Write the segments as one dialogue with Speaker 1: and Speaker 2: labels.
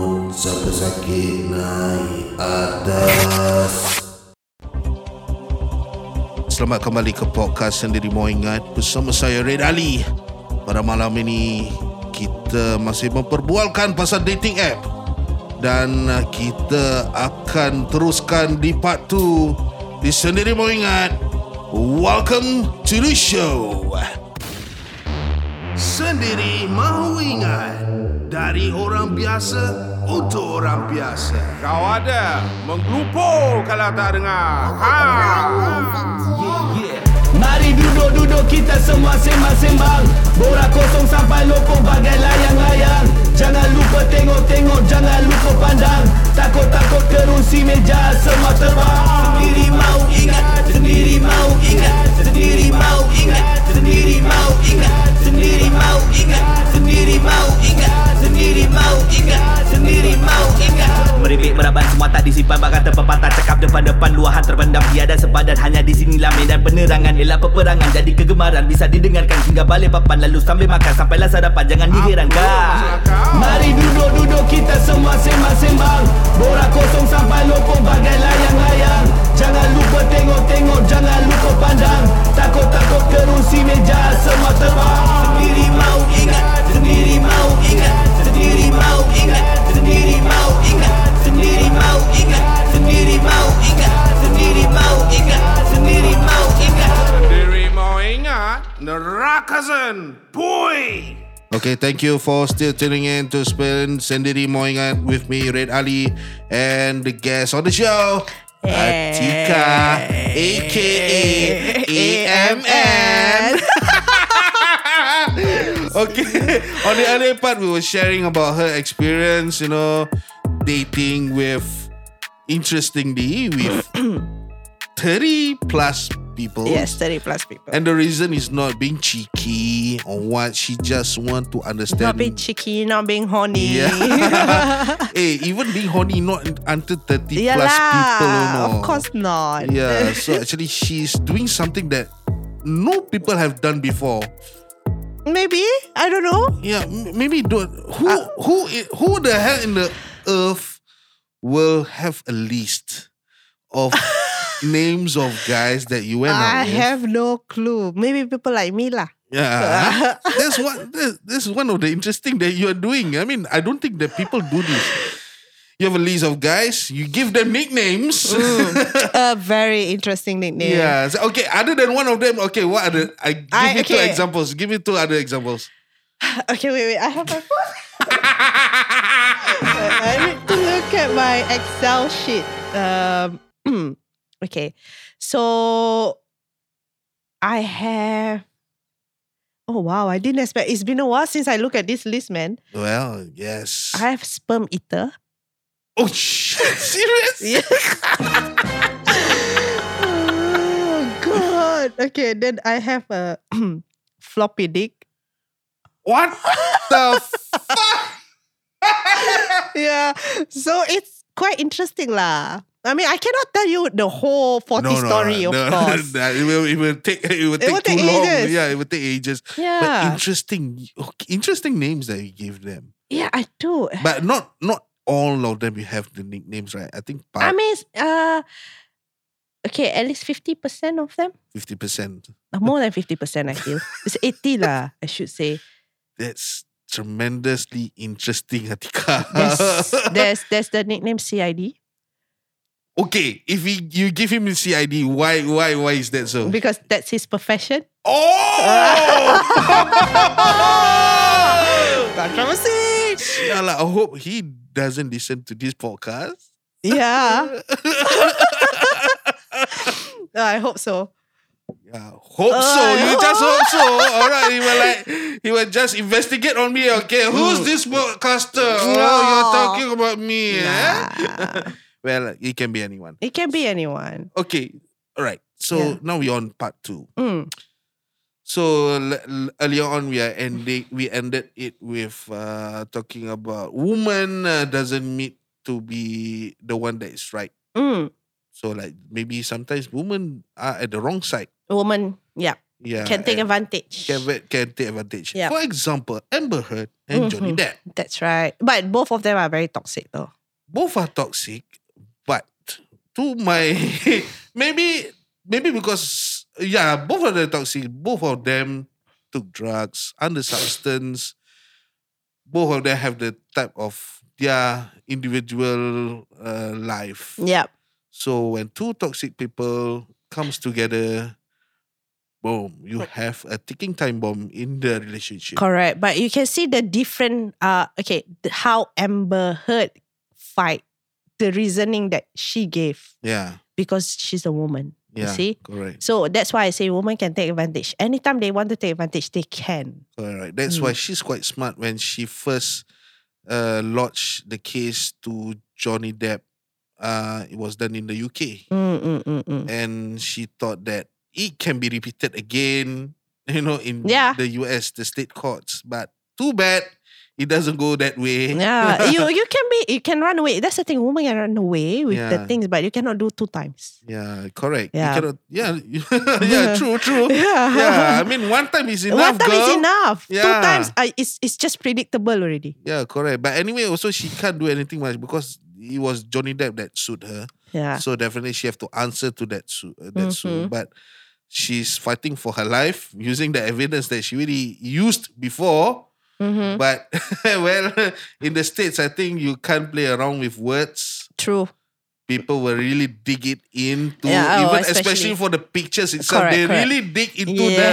Speaker 1: rasa sakit naik atas Selamat kembali ke podcast Sendiri Moingat Bersama saya Red Ali Pada malam ini Kita masih memperbualkan pasal dating app Dan uh, kita akan teruskan di part 2 Di Sendiri Moingat Welcome to the show Sendiri mahu ingat Dari orang biasa untuk orang biasa
Speaker 2: Kau ada menggelupur kalau tak dengar. Ha.
Speaker 3: Mari duduk-duduk kita semua sembang-sembang Borak kosong sampai lokok bagai layang-layang Jangan lupa tengok-tengok, jangan lupa pandang Takut-takut kerusi meja semua terbang Sendiri mau ingat, sendiri mau ingat Sendiri mau ingat, sendiri mau ingat Sendiri mau ingat, sendiri mau ingat Sendiri mau ingat, sendiri mau ingat Meripik meraban semua tak disimpan Bahkan terpepatah cakap depan-depan Luahan terpendam tiada sepadan Hanya di sinilah medan penerangan Ialah peperangan jadi kegemaran Bisa didengarkan hingga balik papan Lalu sambil makan sampailah sarapan Jangan diherankan Mari duduk-duduk kita semua sembang-sembang Borak kosong sampai lokong bagai layang-layang Jangan lupa tengok-tengok Jangan lupa pandang Takut-takut kerusi meja semua terbang Sendiri mau ingat Sendiri mau ingat Sendiri mau ingat Sendiri mau ingat Sendiri mau ingat Sendiri mau ingat Sendiri mau ingat Sendiri mau ingat
Speaker 2: Diri mau ingat neraka zen. Pui.
Speaker 1: Okay, thank you for still tuning in to spend Sendiri Moingat with me, Red Ali, and the guest on the show, Atika, aka AMN. okay, on the earlier part, we were sharing about her experience, you know, dating with, interestingly, with 30 plus people.
Speaker 4: Yes, 30 plus people.
Speaker 1: And the reason is not being cheeky or what. She just want to understand.
Speaker 4: not being cheeky, not being horny.
Speaker 1: Mm. Yeah. hey, Eh, even being horny not until 30
Speaker 4: Yeah
Speaker 1: plus
Speaker 4: lah,
Speaker 1: people. No.
Speaker 4: Of course not.
Speaker 1: Yeah. So actually she's doing something that no people have done before.
Speaker 4: Maybe I don't know.
Speaker 1: Yeah, m- maybe don't who
Speaker 4: Uh,
Speaker 1: who i- who the hell in the earth will have a list of names of guys that you went out
Speaker 4: I
Speaker 1: with?
Speaker 4: have no clue. Maybe people like me lah.
Speaker 1: Yeah, that's what that's, that's one of the interesting that you are doing. I mean, I don't think that people do this. You have a list of guys, you give them nicknames.
Speaker 4: A very interesting nickname.
Speaker 1: yeah. So, okay. Other than one of them, okay. What other? I give
Speaker 4: I-
Speaker 1: me two
Speaker 4: okay.
Speaker 1: examples. Give me two other examples.
Speaker 4: Okay, wait, wait. I have my phone. I need to look at my Excel sheet. Um, okay, so I have. Oh wow! I didn't expect. It's been a while since I look at this list, man.
Speaker 1: Well, yes.
Speaker 4: I have sperm eater.
Speaker 1: oh shit! Serious?
Speaker 4: Yeah. oh god. Okay, then I have a floppy dick.
Speaker 1: What the? F-
Speaker 4: Yeah. So it's quite interesting lah. I mean, I cannot tell you the whole 40 story, of course.
Speaker 1: that- it, will, it will take. It will take
Speaker 4: will
Speaker 1: too
Speaker 4: take
Speaker 1: long.
Speaker 4: ages.
Speaker 1: Yeah, it will take ages. But
Speaker 4: Yeah.
Speaker 1: interesting, okay, interesting names that you gave them.
Speaker 4: yeah, I do.
Speaker 1: But not not all of them. You have the nicknames, right? I think part
Speaker 4: I mean, it's, uh, okay, at least 50% of them.
Speaker 1: fifty percent.
Speaker 4: More than 50%, I feel. It's 80 lah, I should say.
Speaker 1: That's tremendously interesting, Hatika.
Speaker 4: There's, there's, there's the nickname CID
Speaker 1: okay, if he, you give him the CID, why why why is that so?
Speaker 4: because that's his profession.
Speaker 1: oh!
Speaker 4: Controversy!
Speaker 1: Sialah, I hope he doesn't listen to this podcast.
Speaker 4: Yeah. I hope so.
Speaker 1: Yeah, hope so.
Speaker 4: Uh,
Speaker 1: You just hope so. All right, he will like he will just investigate on me. Okay, who's this podcaster? Oh, you're
Speaker 4: No.
Speaker 1: talking about me. eh?
Speaker 4: Nah.
Speaker 1: Well, it can be anyone.
Speaker 4: It can be anyone.
Speaker 1: Okay, all right. So
Speaker 4: Yeah.
Speaker 1: now we're on part two.
Speaker 4: Mm.
Speaker 1: So l- l- earlier on, we are ending. We ended it with uh, talking about woman uh, doesn't need to be the one that is right.
Speaker 4: Mm.
Speaker 1: So like maybe sometimes women are at the wrong side.
Speaker 4: Woman, yeah,
Speaker 1: Yeah,
Speaker 4: can take
Speaker 1: and-
Speaker 4: advantage.
Speaker 1: can, ve- can take advantage.
Speaker 4: Yeah.
Speaker 1: For example, Amber Heard and Johnny
Speaker 4: Mhm.
Speaker 1: Depp.
Speaker 4: That's right. But both of them are very toxic though.
Speaker 1: both are toxic, but to my maybe maybe because yeah, both of them are toxic. Both of them took drugs under substance. Both of them have the type of their individual uh, life.
Speaker 4: Yeah.
Speaker 1: So when two toxic people comes together, boom, you have a ticking time bomb in the relationship.
Speaker 4: Correct. But you can see the different uh okay, th- how Amber Heard fight the reasoning that she gave
Speaker 1: Yeah,
Speaker 4: because she's a woman.
Speaker 1: yeah.
Speaker 4: You see?
Speaker 1: Correct.
Speaker 4: So that's why I say women can take advantage. Anytime they want to take advantage, they can.
Speaker 1: Correct. That's
Speaker 4: Mm.
Speaker 1: why she's quite smart when she first uh, lodged the case to Johnny Depp. Uh, it was done in the UK.
Speaker 4: Mm, mm, mm, mm.
Speaker 1: and she thought that it can be repeated again, you know, in
Speaker 4: Yeah.
Speaker 1: the US, the state courts. But too bad it doesn't go that way.
Speaker 4: Yeah, you you can be you can run away. That's the thing. Women can run away with
Speaker 1: Yeah.
Speaker 4: the things, but you cannot do two times.
Speaker 1: yeah, correct. You
Speaker 4: Yeah.
Speaker 1: cannot, yeah, yeah, true, true.
Speaker 4: Yeah.
Speaker 1: Yeah, I mean, one time is enough.
Speaker 4: One time
Speaker 1: girl.
Speaker 4: is enough. Two
Speaker 1: Yeah.
Speaker 4: times, I it's it's just predictable already.
Speaker 1: Yeah, correct. But anyway, also she can't do anything much because it was Johnny Depp that sued her.
Speaker 4: Yeah.
Speaker 1: So definitely she have to answer to that suit. Uh, that suit.
Speaker 4: Mhm.
Speaker 1: But she's fighting for her life using the evidence that she really used before.
Speaker 4: Mhm.
Speaker 1: But well, in the states, I think you can't play around with words.
Speaker 4: True.
Speaker 1: People will really dig it into,
Speaker 4: Yeah, oh,
Speaker 1: even
Speaker 4: especially-
Speaker 1: especially for the pictures itself.
Speaker 4: Correct,
Speaker 1: they
Speaker 4: correct.
Speaker 1: really dig into the
Speaker 4: Yeah.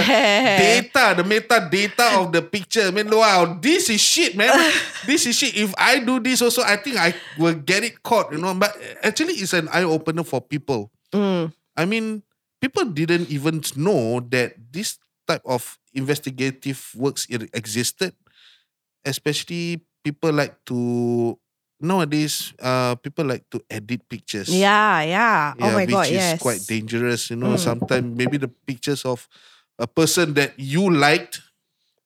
Speaker 1: data, the metadata of the picture. I mean, wow, this is shit, man. this is shit. If I do this also, I think I will get it caught. You know, but actually, it's an eye opener for people.
Speaker 4: Mm.
Speaker 1: I mean, people didn't even know that this type of investigative works it existed. Especially people like to nowadays, uh, people like to edit pictures.
Speaker 4: Yeah, yeah. Oh
Speaker 1: Yeah,
Speaker 4: my
Speaker 1: which
Speaker 4: god,
Speaker 1: is
Speaker 4: yes.
Speaker 1: quite dangerous. You know,
Speaker 4: Mm.
Speaker 1: sometimes maybe the pictures of a person that you liked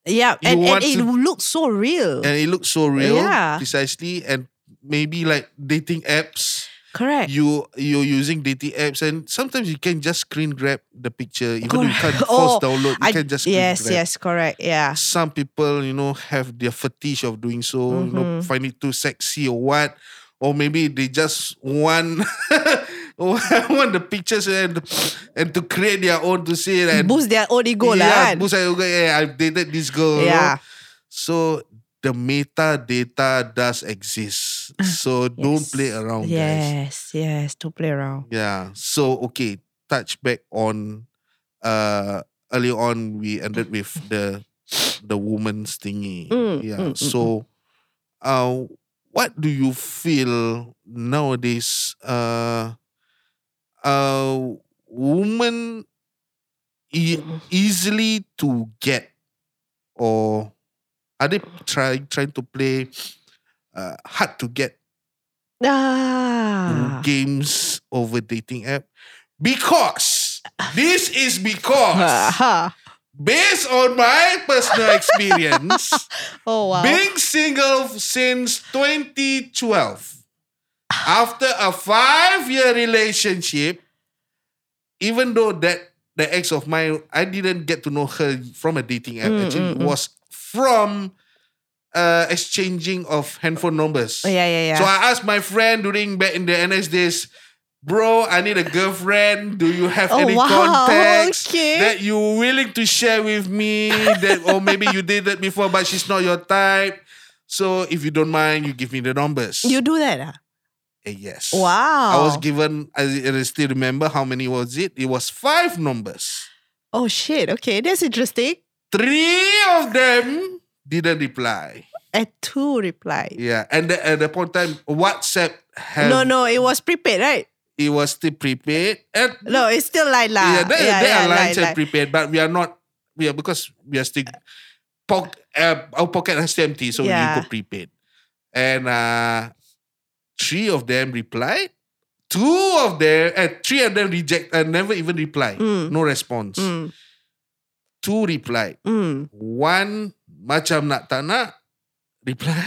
Speaker 4: Yeah,
Speaker 1: You
Speaker 4: and, and
Speaker 1: want
Speaker 4: it
Speaker 1: to-
Speaker 4: looks so real.
Speaker 1: and it looks so real,
Speaker 4: Yeah.
Speaker 1: precisely, and maybe like dating apps.
Speaker 4: Correct.
Speaker 1: You you're using dating apps and sometimes you can just screen grab the picture even though you
Speaker 4: Correct.
Speaker 1: can't force
Speaker 4: Oh,
Speaker 1: download you
Speaker 4: I-
Speaker 1: can just screen
Speaker 4: yes,
Speaker 1: grab.
Speaker 4: yes, correct. Yeah.
Speaker 1: some people you know have their fetish of doing so you know
Speaker 4: Mhm.
Speaker 1: find it too sexy or what or maybe they just want want the pictures and and to create their own to say that
Speaker 4: Boost their own ego
Speaker 1: yeah,
Speaker 4: lah. kan?
Speaker 1: boost their ego, yeah, I've dated this girl you know.
Speaker 4: Yeah.
Speaker 1: so the metadata does exist so don't play around guys
Speaker 4: Yes, yes, to play around.
Speaker 1: yeah so okay touch back on uh early on we ended with the the woman's thingy
Speaker 4: Mm,
Speaker 1: yeah
Speaker 4: mm, mm,
Speaker 1: so uh what do you feel nowadays uh uh woman e-
Speaker 4: Mm-hmm.
Speaker 1: easily to get or are they trying trying to play uh, hard to get
Speaker 4: Ah.
Speaker 1: Mm. games over dating app because this is
Speaker 4: Ah.
Speaker 1: because
Speaker 4: Aha.
Speaker 1: based on my personal experience
Speaker 4: Oh wow.
Speaker 1: being single since 2012 after a 5 year relationship even though that the ex of mine I didn't get to know her from a dating app
Speaker 4: Mm,
Speaker 1: actually
Speaker 4: mm,
Speaker 1: it
Speaker 4: mm.
Speaker 1: was from uh, exchanging of handphone numbers
Speaker 4: Oh, yeah, yeah, yeah.
Speaker 1: so I asked my friend during back in the NS days, bro, I need a girlfriend. Do you have
Speaker 4: Oh,
Speaker 1: any
Speaker 4: wow,
Speaker 1: contacts
Speaker 4: okay.
Speaker 1: that you willing to share with me? that or maybe you did that before, but she's not your type. So if you don't mind, you give me the numbers.
Speaker 4: you do that? ah?
Speaker 1: Eh, yes.
Speaker 4: Wow.
Speaker 1: I was given. I, I still remember how many was it? It was five numbers.
Speaker 4: Oh shit. Okay, that's interesting.
Speaker 1: Three of them didn't reply.
Speaker 4: At two reply.
Speaker 1: Yeah, and the, at the point in time, WhatsApp have,
Speaker 4: No, no, it was prepaid, right?
Speaker 1: it was still prepaid. And
Speaker 4: No, it's still like lah.
Speaker 1: yeah, they, they are lunch and
Speaker 4: Ah, like,
Speaker 1: prepared, but we are not. We are because we are still po- uh, our pocket has still empty, so
Speaker 4: Yeah.
Speaker 1: we go prepaid. And uh, three of them replied. Two of them, uh, three of them reject and never even reply.
Speaker 4: Mm.
Speaker 1: No response.
Speaker 4: Mm,
Speaker 1: Two replied.
Speaker 4: mm.
Speaker 1: One macam nak tak nak reply.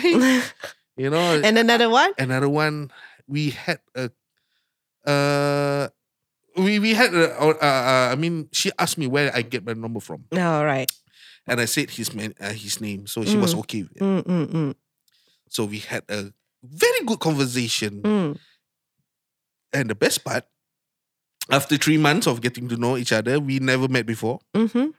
Speaker 1: you know,
Speaker 4: And another one?
Speaker 1: another one we had a uh we we had a, uh, uh, I mean she asked me where I get my number from
Speaker 4: All right.
Speaker 1: and I said his man uh, his name so she was okay with it.
Speaker 4: Mm, mm, mm.
Speaker 1: so we had a very good conversation.
Speaker 4: Mm.
Speaker 1: And the best part, after three months of getting to know each other, we never met before.
Speaker 4: Mm-hmm.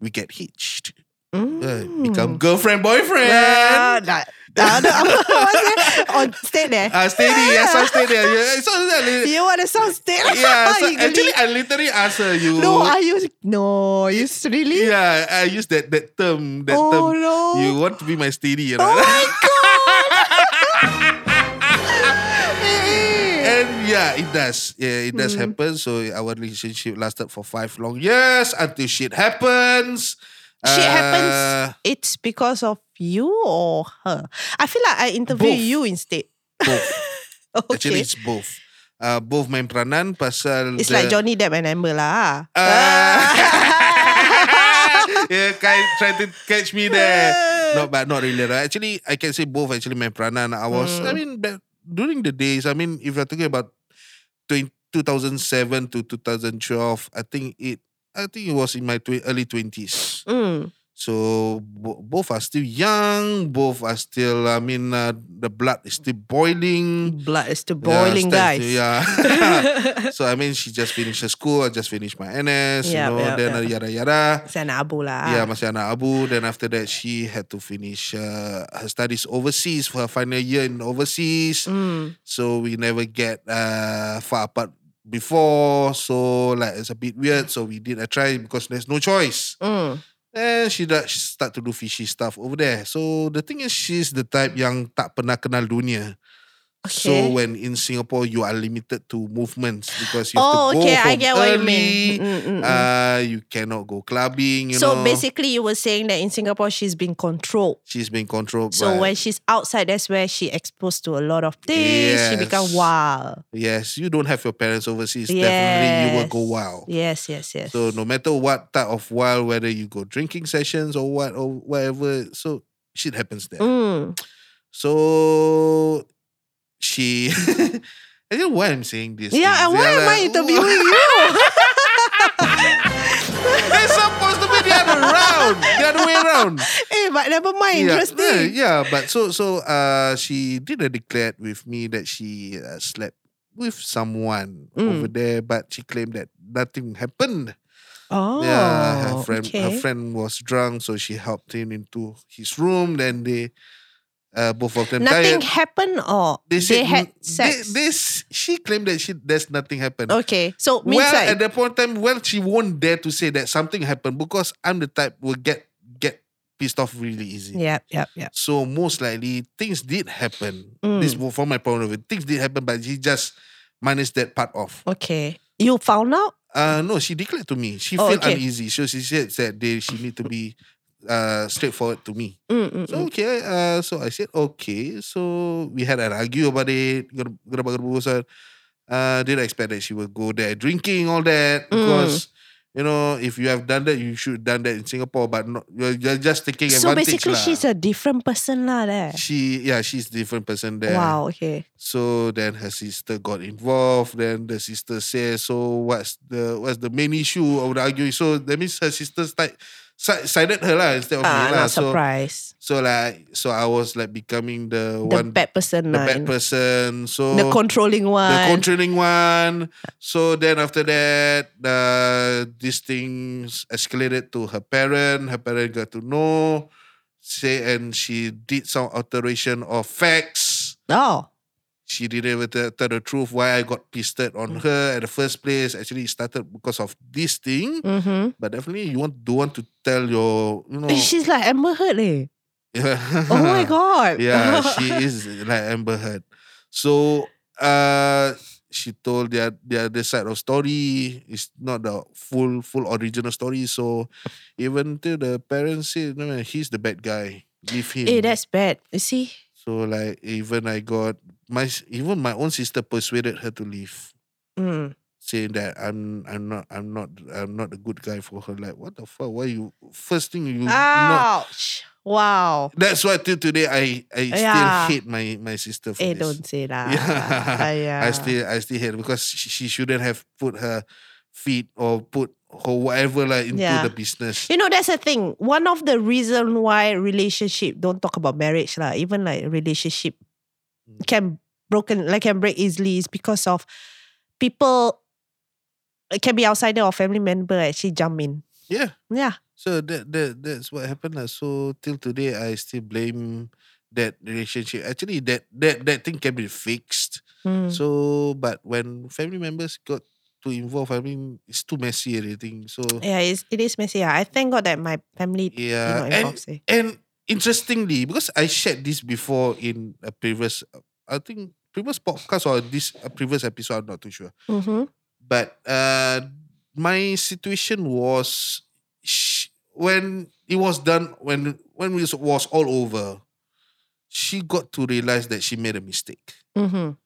Speaker 1: We get hitched.
Speaker 4: Mm.
Speaker 1: Uh, become girlfriend, boyfriend.
Speaker 4: Ah, dah, dah ada apa what's that? On stay there.
Speaker 1: Ah, stay there. Yes, I stay there. Yeah, so,
Speaker 4: You want to sound stay there?
Speaker 1: yeah, so
Speaker 4: You geli.
Speaker 1: actually, I literally asked her, you.
Speaker 4: no, are you? No, you s- really?
Speaker 1: Yeah, I use that that term. That
Speaker 4: Oh,
Speaker 1: term.
Speaker 4: no.
Speaker 1: You want to be my steady, you know?
Speaker 4: Oh my god! Eh, eh.
Speaker 1: And yeah, it does. Yeah, it does
Speaker 4: Mm-hmm.
Speaker 1: happen. So our relationship lasted for five long years until shit happens.
Speaker 4: Shit
Speaker 1: Uh,
Speaker 4: happens. It's because of you or her. I feel like I interview
Speaker 1: Both.
Speaker 4: you instead.
Speaker 1: Both.
Speaker 4: Okay.
Speaker 1: Actually, it's both. Uh, both main peranan pasal
Speaker 4: It's
Speaker 1: the-
Speaker 4: like Johnny Depp and Amber lah. ah.
Speaker 1: Uh. Ah. yeah, kind trying to catch me there. No, but not really. Right? Actually, I can say both. Actually, my peranan. I was. I mean, back during the days. I mean, if you're talking about 20, 2007 to 2012, I think it. I think it was in my tw- early twenties.
Speaker 4: Mm.
Speaker 1: So bo- both are still young. Both are still. I mean, uh, the blood is still boiling.
Speaker 4: Blood is to
Speaker 1: Yeah,
Speaker 4: boiling,
Speaker 1: starts
Speaker 4: guys.
Speaker 1: to- yeah. so I mean, she just finished her school. I just finished my NS. you
Speaker 4: Yeah,
Speaker 1: know,
Speaker 4: yeah,
Speaker 1: then
Speaker 4: yeah.
Speaker 1: uh, yada yada.
Speaker 4: Saya nak abu lah.
Speaker 1: Yeah, masih anak abu. Then after that, she had to finish uh, her studies overseas for her final year in overseas.
Speaker 4: Mm.
Speaker 1: So we never get uh, far apart before. So like it's a bit weird. So we did a try because there's no choice.
Speaker 4: Mm.
Speaker 1: And she dah she start to do fishy stuff over there. So the thing is, she's the type yang tak pernah kenal dunia. So
Speaker 4: Okay.
Speaker 1: when in Singapore, you are limited to movements because you have
Speaker 4: Oh,
Speaker 1: to go
Speaker 4: okay.
Speaker 1: home
Speaker 4: I get what
Speaker 1: early.
Speaker 4: you mean. Mm, mm, mm.
Speaker 1: Uh, you cannot go clubbing. You
Speaker 4: so
Speaker 1: know,
Speaker 4: basically, you were saying that in Singapore, she's been controlled.
Speaker 1: she's been controlled. by,
Speaker 4: So when she's outside, that's where she exposed to a lot of things. She
Speaker 1: Yes.
Speaker 4: become wild.
Speaker 1: yes, you don't have your parents overseas. Definitely, you will go
Speaker 4: Yes.
Speaker 1: wild.
Speaker 4: Yes, yes, yes.
Speaker 1: So no matter what type of wild, whether you go drinking sessions or what or whatever, so shit happens there.
Speaker 4: Mm.
Speaker 1: So she. I don't know why I'm saying this.
Speaker 4: Yeah, and
Speaker 1: things.
Speaker 4: why
Speaker 1: They're
Speaker 4: am I
Speaker 1: like,
Speaker 4: interviewing you?
Speaker 1: It's supposed to be the other round, the other way around.
Speaker 4: eh, but never mind.
Speaker 1: Yeah,
Speaker 4: Interesting.
Speaker 1: yeah, but so so uh she did a declared with me that she uh, slept with someone
Speaker 4: Mm.
Speaker 1: over there, but she claimed that nothing happened.
Speaker 4: Oh,
Speaker 1: yeah, her friend her
Speaker 4: okay.
Speaker 1: friend was drunk, so she helped him into his room. Then they uh both of them
Speaker 4: Nothing
Speaker 1: tired.
Speaker 4: happened, or
Speaker 1: They
Speaker 4: they,
Speaker 1: said
Speaker 4: had
Speaker 1: n- they-
Speaker 4: sex.
Speaker 1: this she claimed that she there's nothing happened.
Speaker 4: okay, so means
Speaker 1: Well, at
Speaker 4: like-
Speaker 1: that point in time, well, she won't dare to say that something happened because I'm the type will get get pissed off really easy.
Speaker 4: yep, yep, yep.
Speaker 1: So most likely things did happen.
Speaker 4: Mm.
Speaker 1: This from my point of view, things did happen, but she just minus that part off.
Speaker 4: Okay, you found out.
Speaker 1: Uh no, she declared to me. She
Speaker 4: Oh,
Speaker 1: felt
Speaker 4: okay.
Speaker 1: uneasy. So she said that they she need to be uh straightforward to me.
Speaker 4: Mm, mm,
Speaker 1: So okay, uh so I said okay. So we had an argue about it. Ger- gerbak gerbu pasal, Uh did I expect that she would go there drinking all that
Speaker 4: Mm.
Speaker 1: because you know if you have done that you should done that in Singapore but not you're, you're just taking
Speaker 4: mm. So
Speaker 1: advantage
Speaker 4: basically,
Speaker 1: lah.
Speaker 4: she's a different person, lah. There.
Speaker 1: she yeah she's different person there.
Speaker 4: Wow. Okay.
Speaker 1: So then her sister got involved. Then the sister says, "So what's the what's the main issue of the arguing?" So that means her sister side, side, sided her lah instead of
Speaker 4: Ah,
Speaker 1: me lah.
Speaker 4: not
Speaker 1: So
Speaker 4: surprised.
Speaker 1: so like so I was like becoming the,
Speaker 4: the
Speaker 1: one
Speaker 4: bad person,
Speaker 1: the
Speaker 4: lah,
Speaker 1: bad
Speaker 4: in-
Speaker 1: person. So
Speaker 4: the controlling one.
Speaker 1: the controlling one. So then after that, the these things escalated to her parent. Her parent got to know, say, and she did some alteration of facts
Speaker 4: oh.
Speaker 1: she didn't even tell, tell the truth why I got pissed at
Speaker 4: Mm.
Speaker 1: on her at the first place. Actually, it started because of this thing.
Speaker 4: Mm-hmm.
Speaker 1: But definitely, you want don't want to tell your you know.
Speaker 4: She's like Amber Heard, eh. Oh my
Speaker 1: Uh-huh.
Speaker 4: god. Eh,
Speaker 1: Yeah, she is like Amber Heard. So uh, she told the the other side of story. It's not the full full original story. So even till the parents said, no, man, he's the bad guy. Leave him.
Speaker 4: eh, that's bad. You see.
Speaker 1: so like even I got my s- even my own sister persuaded her to leave.
Speaker 4: Mm.
Speaker 1: saying that I'm I'm not I'm not I'm not a good guy for her. Like what the fuck? Why you first thing you not,
Speaker 4: Ah. Ouch. Wow.
Speaker 1: that's why till today I I
Speaker 4: Yeah.
Speaker 1: still hate my my sister for
Speaker 4: Eh,
Speaker 1: this.
Speaker 4: don't say that.
Speaker 1: Yeah.
Speaker 4: Ayah.
Speaker 1: I still I still hate her because she, she shouldn't have put her feet or put her whatever like into
Speaker 4: Yeah.
Speaker 1: the business.
Speaker 4: You know, that's the thing. One of the reason why relationship don't talk about marriage, lah, even like relationship
Speaker 1: Mm.
Speaker 4: can broken like can break easily is because of people it can be outsider or family member actually jump in.
Speaker 1: Yeah.
Speaker 4: Yeah.
Speaker 1: So that, that that's what happened lah. So till today, I still blame that relationship. Actually, that that that thing can be fixed.
Speaker 4: Mm.
Speaker 1: So, but when family members got too involved, I mean, it's too messy. Everything. So
Speaker 4: yeah, it's, it is messy. ah. I thank God that my family you
Speaker 1: yeah,
Speaker 4: know,
Speaker 1: and
Speaker 4: involved. eh.
Speaker 1: and interestingly, because I shared this before in a previous, I think previous podcast or this a previous episode. I'm not too sure.
Speaker 4: Mhm.
Speaker 1: But uh, my situation was sh when it was done when when it was all over, she got to realize that she made a mistake.
Speaker 4: Mhm.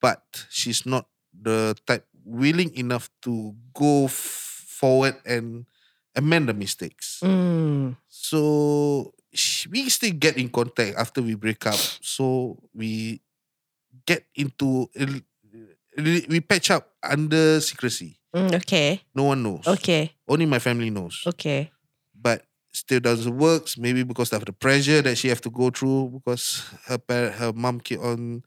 Speaker 1: But she's not the type willing enough to go f- forward and amend the mistakes.
Speaker 4: Mm.
Speaker 1: So sh- we still get in contact after we break up. So we get into a- re- we patch up under secrecy.
Speaker 4: Mm, Okay.
Speaker 1: No one knows.
Speaker 4: Okay.
Speaker 1: Only my family knows.
Speaker 4: Okay.
Speaker 1: But still doesn't work. Maybe because of the pressure that she have to go through because her par- her mom keep on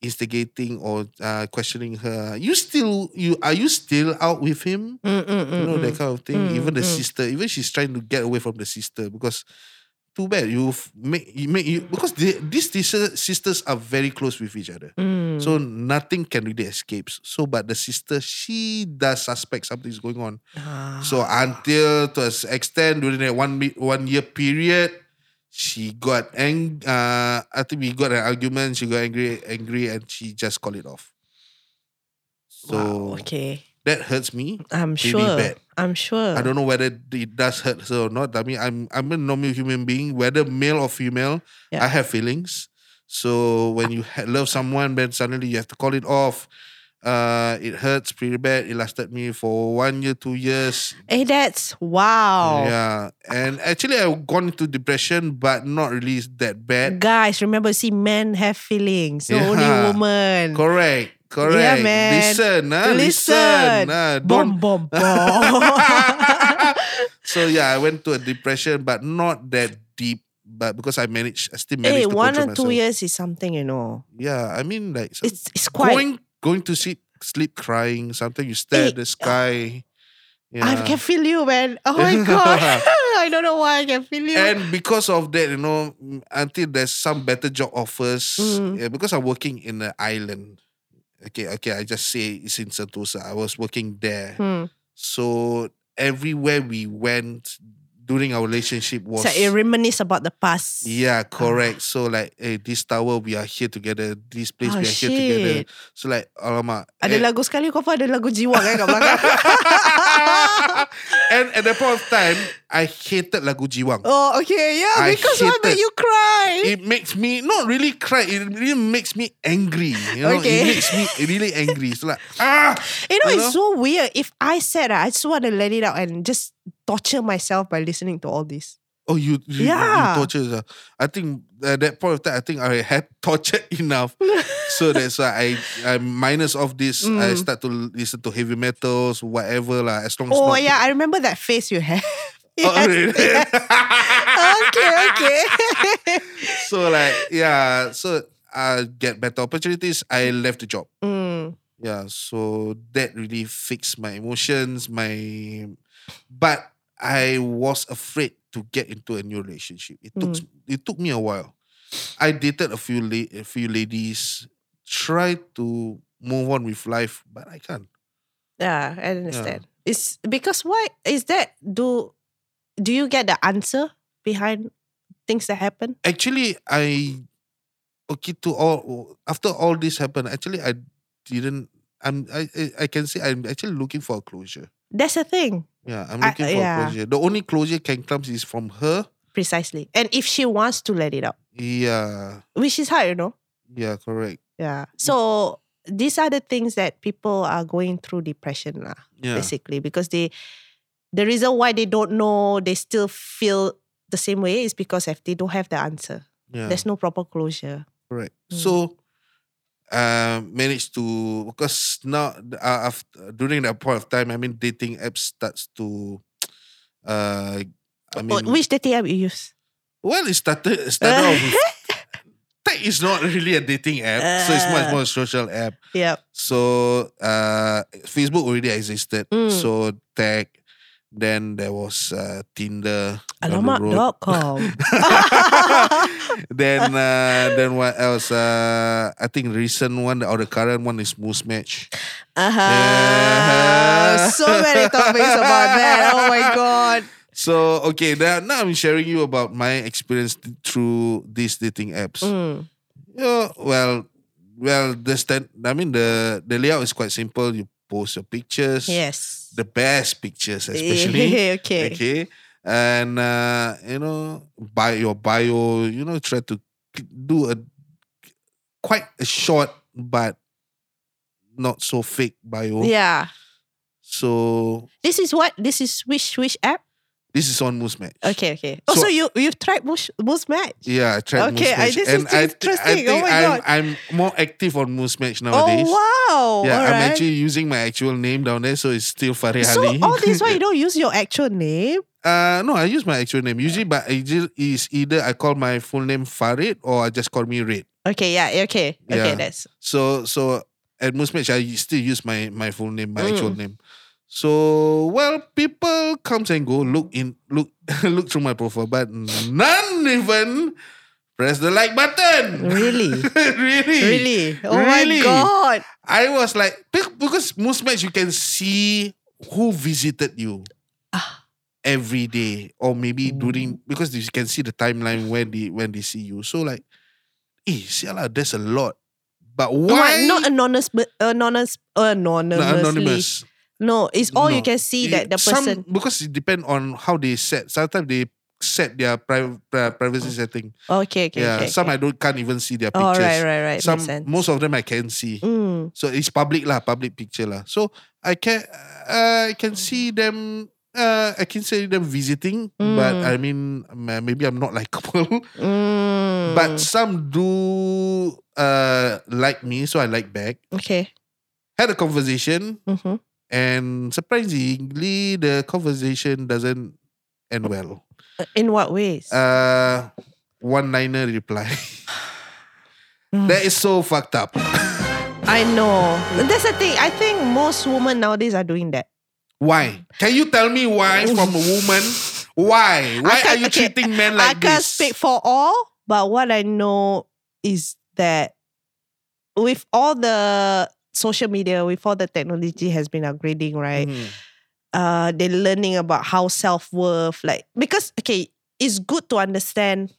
Speaker 1: instigating or uh, questioning her. You still you are you still out with him?
Speaker 4: Mm, mm, mm,
Speaker 1: you know that
Speaker 4: mm.
Speaker 1: kind of thing. even the
Speaker 4: Mm, mm.
Speaker 1: sister, even she's trying to get away from the sister because too bad you make you make you because they, these sister, sisters are very close with each other,
Speaker 4: Mm.
Speaker 1: so nothing can really escapes. So, but the sister she does suspect something's going on.
Speaker 4: Ah.
Speaker 1: So until to an extent during that one mi- one year period, she got ang- uh, I think we got an argument. She got angry, angry, and she just called it off. So
Speaker 4: Wow, Ah, okay.
Speaker 1: that hurts me.
Speaker 4: I'm
Speaker 1: really
Speaker 4: sure.
Speaker 1: bad.
Speaker 4: I'm sure.
Speaker 1: I don't know whether it does hurt her or not. I mean, I'm I'm a normal human being, whether male or female.
Speaker 4: Yeah.
Speaker 1: I have feelings. So when you ha- love someone, then suddenly you have to call it off. Uh, it hurts pretty bad. It lasted me for one year, two years.
Speaker 4: Hey, Eh, that's wow.
Speaker 1: Yeah, and actually I've gone into depression, but not really that bad.
Speaker 4: Guys, remember, see, men have feelings, no only
Speaker 1: Yeah.
Speaker 4: woman.
Speaker 1: Correct, correct.
Speaker 4: man.
Speaker 1: Listen, ah,
Speaker 4: Listen.
Speaker 1: listen. ah, don't
Speaker 4: Bom, bom, bom.
Speaker 1: so yeah, I went to a depression, but not that deep. But because I managed, I still
Speaker 4: hey,
Speaker 1: managed to
Speaker 4: one
Speaker 1: control
Speaker 4: or two
Speaker 1: myself.
Speaker 4: years is something, you know.
Speaker 1: Yeah, I mean like so-
Speaker 4: It's it's quite.
Speaker 1: going going to sleep, sleep crying. Sometimes you stare at the
Speaker 4: Eh,
Speaker 1: sky. Yeah.
Speaker 4: I can feel you, man. Oh my god, I don't know why I can feel you.
Speaker 1: and because of that, you know, mm, until there's some better job offers,
Speaker 4: Mm.
Speaker 1: yeah, because I'm working in an island. Okay, okay, I just say it's in Sentosa. I was working there.
Speaker 4: Hmm.
Speaker 1: So everywhere we went during our relationship was
Speaker 4: So it reminisce about the past.
Speaker 1: Yeah, correct. So like, hey, this tower we are here together. This place
Speaker 4: Ah. Oh,
Speaker 1: we are here together.
Speaker 4: shit.
Speaker 1: So like, alamak.
Speaker 4: Ada
Speaker 1: eh,
Speaker 4: lagu sekali kau pun ada lagu jiwa kan kat belakang.
Speaker 1: and at that point of time, I hated lagu Jiwang.
Speaker 4: oh, okay, yeah,
Speaker 1: I
Speaker 4: because why
Speaker 1: hated-
Speaker 4: make you cry?
Speaker 1: It makes me not really cry. It really makes me angry. You know,
Speaker 4: Okay.
Speaker 1: it makes me really angry. So like, ah,
Speaker 4: you know,
Speaker 1: you
Speaker 4: it's so weird. If I said, ah, I just want to let it out and just torture myself by listening to all this.
Speaker 1: oh, you, you,
Speaker 4: Yeah.
Speaker 1: you torture. yourself. I think at that point of time, I think I had tortured enough. so that's why I, I minus of this.
Speaker 4: Mm.
Speaker 1: I start to listen to heavy metals, whatever lah. As long as
Speaker 4: Oh
Speaker 1: not-
Speaker 4: yeah, I remember that face you had.
Speaker 1: Oh,
Speaker 4: Yes,
Speaker 1: really?
Speaker 4: yes. okay, okay.
Speaker 1: so like yeah so i get better opportunities i left the job
Speaker 4: mm,
Speaker 1: yeah so that really fixed my emotions my but i was afraid to get into a new relationship it took it took me a while i dated a few la- a few ladies tried to move on with life but i can't
Speaker 4: yeah, I understand. It's because why is that? Do do you get the answer behind things that happen?
Speaker 1: actually I okay to all after all this happened, actually I didn't I'm I I- I can say I'm actually looking for a closure.
Speaker 4: That's the thing,
Speaker 1: Yeah, I'm
Speaker 4: I-
Speaker 1: looking for
Speaker 4: yeah.
Speaker 1: a closure. The only closure can come is from her.
Speaker 4: precisely. And if she wants to let it out,
Speaker 1: Yeah.
Speaker 4: which is hard, you know.
Speaker 1: Yeah, correct.
Speaker 4: Yeah. So these are the things that people are going through depression lah.
Speaker 1: Yeah.
Speaker 4: basically because they the reason why they don't know they still feel the same way is because if they don't have the answer
Speaker 1: Yeah.
Speaker 4: there's no proper closure
Speaker 1: Correct.
Speaker 4: Mm.
Speaker 1: So, uh, managed to because now uh, after during that point of time, I mean, dating apps starts to, uh, I
Speaker 4: Oh,
Speaker 1: mean,
Speaker 4: which dating app you use
Speaker 1: well, it started it started off with Tech is not really a dating app, so it's much more a social app.
Speaker 4: Yep.
Speaker 1: So uh, Facebook already existed. So Tag, then there was uh, Tinder. down the road.
Speaker 4: Alamak.com.
Speaker 1: Then uh, then what else? Uh, I think recent one or the current one is Moose Match.
Speaker 4: Uh-huh. So many topics about that. Oh my god.
Speaker 1: So okay, now, now I'm sharing you about my experience th- through these dating apps.
Speaker 4: Mm.
Speaker 1: Yeah, well, well, the stand. I mean, the the layout is quite simple. You post your pictures.
Speaker 4: Yes.
Speaker 1: the best pictures, especially.
Speaker 4: okay.
Speaker 1: Okay. And uh, you know, by your bio, you know, try to k- do a quite a short but not so fake bio.
Speaker 4: Yeah.
Speaker 1: So
Speaker 4: This is what this is which which app?
Speaker 1: this is on Moose Match.
Speaker 4: Okay, okay. Oh, so,
Speaker 1: So-
Speaker 4: you you've tried Moose Moose Match?
Speaker 1: Yeah, I tried
Speaker 4: Okay,
Speaker 1: Moose
Speaker 4: I-
Speaker 1: Match.
Speaker 4: this
Speaker 1: and
Speaker 4: is
Speaker 1: I, th- I
Speaker 4: interesting.
Speaker 1: think
Speaker 4: Oh my
Speaker 1: I'm,
Speaker 4: God.
Speaker 1: I'm more active on Moose Match nowadays.
Speaker 4: Oh wow!
Speaker 1: Yeah,
Speaker 4: All
Speaker 1: I'm
Speaker 4: right.
Speaker 1: actually using my actual name down there, so it's still Fari
Speaker 4: so
Speaker 1: Ali.
Speaker 4: all this why you don't use your actual name?
Speaker 1: Uh, no, I use my actual name. Usually, but it ju- is either I call my full name Farid or I just call me Red.
Speaker 4: Okay, yeah, okay, okay.
Speaker 1: Yeah.
Speaker 4: That's
Speaker 1: So, so at most match, I still use my my full name, my
Speaker 4: Mm.
Speaker 1: actual name. So, well, people comes and go. Look in, look, look through my profile, but none even press the like button.
Speaker 4: Really?
Speaker 1: really,
Speaker 4: really. Oh my
Speaker 1: Really?
Speaker 4: god!
Speaker 1: I was like, be- because most match you can see who visited you
Speaker 4: Ah.
Speaker 1: every day, or maybe during because you can see the timeline when they when they see you. So like, eh, siala, there's a lot. But why
Speaker 4: What? Oh Not anonymous, but anonymous,
Speaker 1: No,
Speaker 4: anonymously.
Speaker 1: anonymous?
Speaker 4: No, it's all you
Speaker 1: No.
Speaker 4: can see
Speaker 1: It-
Speaker 4: that the
Speaker 1: some-
Speaker 4: person.
Speaker 1: because it depends on how they set. Sometimes they set their pri- pri- privacy setting.
Speaker 4: okay, okay,
Speaker 1: yeah,
Speaker 4: okay.
Speaker 1: some I don't can't even see their
Speaker 4: Oh,
Speaker 1: pictures.
Speaker 4: right, right, right.
Speaker 1: Some
Speaker 4: Makes sense.
Speaker 1: most of them I can see.
Speaker 4: Mm.
Speaker 1: So it's public lah, public picture lah. So I can uh, I can see them. Uh, I can see them visiting, but
Speaker 4: Mm.
Speaker 1: I mean ma- maybe I'm not likable.
Speaker 4: Mm.
Speaker 1: but some do uh like me, so I like back.
Speaker 4: okay.
Speaker 1: Had a conversation,
Speaker 4: Mm-hmm.
Speaker 1: and surprisingly, the conversation doesn't end well.
Speaker 4: In what ways?
Speaker 1: Uh, one liner reply. that is so fucked up.
Speaker 4: I know. That's the thing. I think most women nowadays are doing that.
Speaker 1: Why? Can you tell me why from a woman? Why? Why
Speaker 4: can't-
Speaker 1: are you
Speaker 4: okay,
Speaker 1: treating men
Speaker 4: I
Speaker 1: like
Speaker 4: can't
Speaker 1: this?
Speaker 4: speak for all, but what I know is that with all the social media, with all the technology has been upgrading, right?
Speaker 1: Mhm.
Speaker 4: Uh, they're learning about how self worth, like because okay, it's good to understand.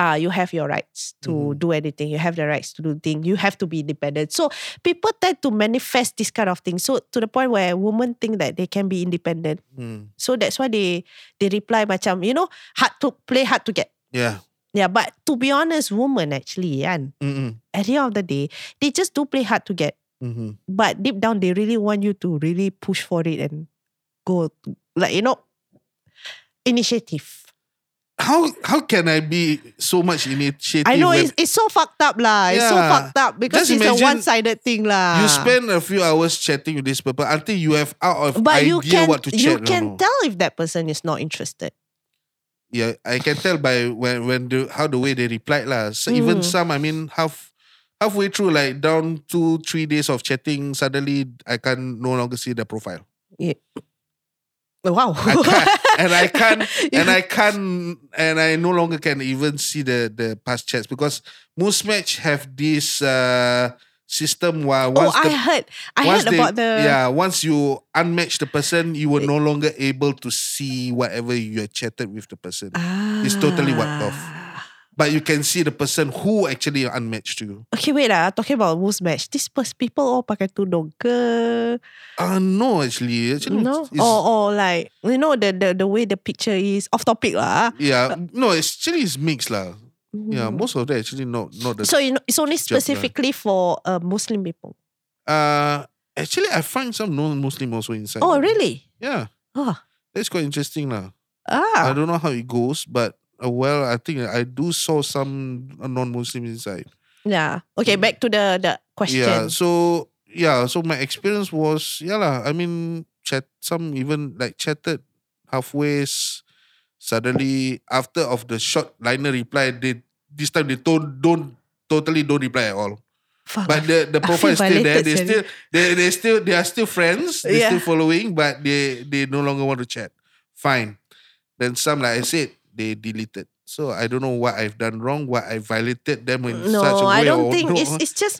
Speaker 4: Uh, you have your rights
Speaker 1: Mhm.
Speaker 4: to do anything. You have the rights to do things. You have to be independent. So people tend to manifest this kind of thing. So to the point where women think that they can be independent.
Speaker 1: Mm.
Speaker 4: So that's why they they reply macam you know hard to play hard to get.
Speaker 1: Yeah.
Speaker 4: Yeah, but to be honest, women actually, and
Speaker 1: Mm-mm.
Speaker 4: at the end of the day, they just do play hard to get.
Speaker 1: Mhm.
Speaker 4: But deep down, they really want you to really push for it and go to- like you know initiative.
Speaker 1: How how can I be so much initiative?
Speaker 4: I know
Speaker 1: when
Speaker 4: it's, it's so fucked up lah. It's so
Speaker 1: Yeah.
Speaker 4: fucked up because
Speaker 1: Just
Speaker 4: it's a
Speaker 1: imagine
Speaker 4: one sided thing lah.
Speaker 1: you spend a few hours chatting with this people until you have out of
Speaker 4: but
Speaker 1: idea
Speaker 4: you can
Speaker 1: what to chat.
Speaker 4: you
Speaker 1: no,
Speaker 4: can
Speaker 1: no.
Speaker 4: tell if that person is not interested.
Speaker 1: Yeah, I can tell by when when the how the way they replied lah. So Even
Speaker 4: Mm.
Speaker 1: some, I mean, half halfway through, like down two three days of chatting, suddenly I can no longer see their profile.
Speaker 4: Oh, Wow.
Speaker 1: I can't, and I can't,
Speaker 4: You-
Speaker 1: and I can't, and I no longer can even see the the past chats because most match have this uh, system where
Speaker 4: oh,
Speaker 1: once
Speaker 4: I
Speaker 1: the
Speaker 4: heard. I
Speaker 1: once
Speaker 4: heard
Speaker 1: they-
Speaker 4: about the
Speaker 1: yeah once you unmatch the person, you were no longer able to see whatever you had chatted with the person, It's totally wiped off.
Speaker 4: Ah.
Speaker 1: but you can see the person who actually unmatched you.
Speaker 4: Okay, wait lah. Talking about most match, these pers- people all pakai tudung ke?
Speaker 1: Uh no, actually, actually
Speaker 4: No,
Speaker 1: Mm,
Speaker 4: Oh,
Speaker 1: it's-
Speaker 4: or or like you know the the the way the picture is off topic lah. ah.
Speaker 1: yeah, no, it's actually it's mixed lah. Yeah,
Speaker 4: Mm.
Speaker 1: most of that actually not not the
Speaker 4: So you know, it's only
Speaker 1: Joke lah.
Speaker 4: specifically for uh, Muslim people.
Speaker 1: uh. Actually, I find some non-Muslim also inside.
Speaker 4: Oh, really?
Speaker 1: Yeah.
Speaker 4: Oh.
Speaker 1: That's quite interesting lah. I
Speaker 4: Ah,
Speaker 1: don't know how it goes, but uh, well, I think I do saw some uh, non-Muslim inside.
Speaker 4: yeah. Okay, back to the the
Speaker 1: Mm. Yeah,
Speaker 4: question.
Speaker 1: so yeah, so my experience was yeah lah. I mean, chat some even like chatted halfway. s- Suddenly, after of the short liner reply, they this time they don't don't totally don't reply at all.
Speaker 4: Fuck.
Speaker 1: But the the
Speaker 4: I
Speaker 1: profile is
Speaker 4: feel
Speaker 1: still there.
Speaker 4: violated,
Speaker 1: They
Speaker 4: sorry.
Speaker 1: still they they still they are still friends. They are
Speaker 4: Yeah.
Speaker 1: still following, but they they no longer want to chat. Fine. Then some, like I said, they deleted. So I don't know what I've done wrong, what I violated them in
Speaker 4: no,
Speaker 1: such a way.
Speaker 4: I
Speaker 1: or
Speaker 4: don't think
Speaker 1: no.
Speaker 4: it's it's just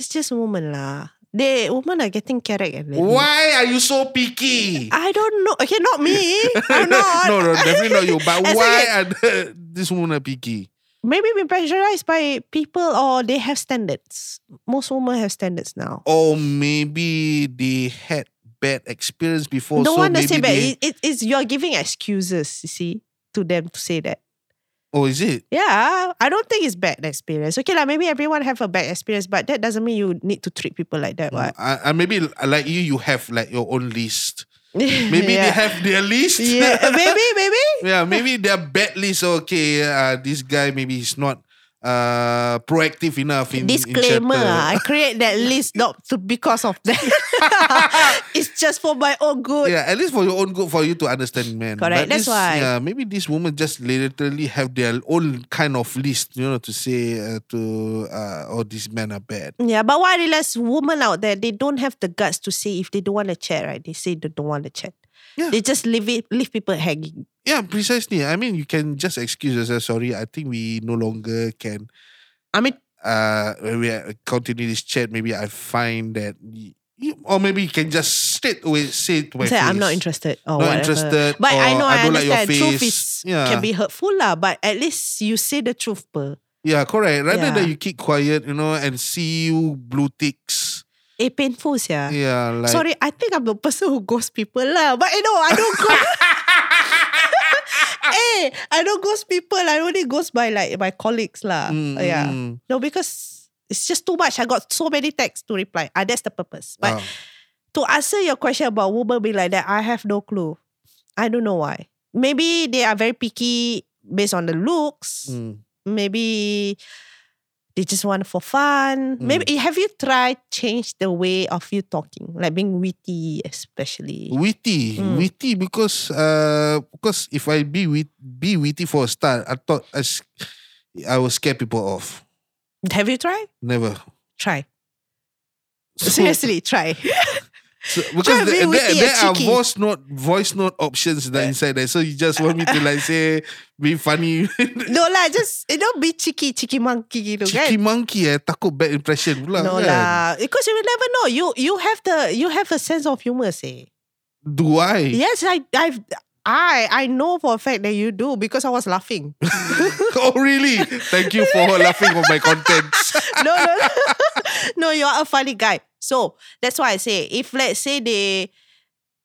Speaker 4: it's just women lah. They women are getting carrot and lemon.
Speaker 1: Why are you so picky?
Speaker 4: I don't know. Okay, not me. I'm not.
Speaker 1: no, no, definitely not you. But
Speaker 4: It's
Speaker 1: why
Speaker 4: okay.
Speaker 1: are the, this woman are picky?
Speaker 4: Maybe we pressurized by people or they have standards. Most women have standards now.
Speaker 1: Or maybe they had bad experience before. Oh,
Speaker 4: Don't
Speaker 1: so
Speaker 4: want to
Speaker 1: maybe
Speaker 4: say that.
Speaker 1: they-
Speaker 4: It, it, it's you're giving excuses, you see, to them to say that.
Speaker 1: Oh, is it?
Speaker 4: Yeah, I don't think it's bad experience. Okay, like maybe everyone have a bad experience, but that doesn't mean you need to treat people like that. What?
Speaker 1: I, I maybe uh, like you, you have like your own list. Maybe they have their list.
Speaker 4: Yeah, maybe, maybe.
Speaker 1: yeah, maybe their bad list. Okay, uh, this guy maybe he's not uh proactive enough in In
Speaker 4: Disclaimer,
Speaker 1: chapter.
Speaker 4: ah, I create that list not to because of that. it's just for my own good.
Speaker 1: yeah, at least for your own good, for you to understand, man.
Speaker 4: Correct, that's
Speaker 1: this,
Speaker 4: why.
Speaker 1: Yeah, maybe these women just literally have their own kind of list, you know, to say uh, to uh, oh these men are bad.
Speaker 4: Yeah, but what I realize women out there, they don't have the guts to say if they don't want to chat, right? They say they don't want to chat.
Speaker 1: Yeah.
Speaker 4: They just leave it leave people hanging.
Speaker 1: Yeah, precisely. I mean, you can just excuse yourself. Sorry, I think we no longer can
Speaker 4: I mean,
Speaker 1: uh when we uh, continue this chat, maybe I find that y- you, or maybe you can just straight away say it to my
Speaker 4: say
Speaker 1: face.
Speaker 4: I'm not interested or
Speaker 1: Not
Speaker 4: whatever.
Speaker 1: interested,
Speaker 4: But I
Speaker 1: or
Speaker 4: know
Speaker 1: I
Speaker 4: I,
Speaker 1: don't like your
Speaker 4: understand truth
Speaker 1: face.
Speaker 4: is
Speaker 1: Yeah.
Speaker 4: can be hurtful lah, but at least you say the truth, per.
Speaker 1: Yeah, correct. Rather
Speaker 4: Yeah.
Speaker 1: than you keep quiet, you know, and see you blue ticks.
Speaker 4: It Eh, painful, yeah.
Speaker 1: Yeah, like
Speaker 4: Sorry, I think I'm the person who ghosts people lah. But you know, I don't ghost. hey, I don't ghost people. I only ghost by like my colleagues lah.
Speaker 1: Mm,
Speaker 4: yeah.
Speaker 1: mm.
Speaker 4: No, because it's just too much. I got so many texts to reply. Ah, that's the purpose.
Speaker 1: ah.
Speaker 4: But to answer your question about women being like that, I have no clue. I don't know why. Maybe they are very picky based on the looks.
Speaker 1: Mm.
Speaker 4: Maybe they just want for fun.
Speaker 1: Mm.
Speaker 4: Maybe have you tried change the way of you talking, like being witty, especially?
Speaker 1: Witty,
Speaker 4: Mm.
Speaker 1: witty because uh because if I be wit be witty for a start, I thought I, s- I will scare people off.
Speaker 4: Have you tried?
Speaker 1: Never.
Speaker 4: Try
Speaker 1: So-
Speaker 4: seriously, try.
Speaker 1: So, because there,
Speaker 4: be
Speaker 1: there,
Speaker 4: witty and
Speaker 1: there are
Speaker 4: cheeky.
Speaker 1: voice note voice note options that inside there. So you just want me to like say be funny.
Speaker 4: no lah, just you know, be cheeky, cheeky monkey, you know,
Speaker 1: Cheeky monkey eh Takut bad impression pula
Speaker 4: No
Speaker 1: kan
Speaker 4: lah, because you will never know. You you have the you have a sense of humor, say.
Speaker 1: Do I?
Speaker 4: Yes, I I've I I know for a fact that you do because I was laughing.
Speaker 1: oh really? Thank you for laughing on my contents
Speaker 4: no, no, no. no, you are a funny guy. So that's why I say if let's say they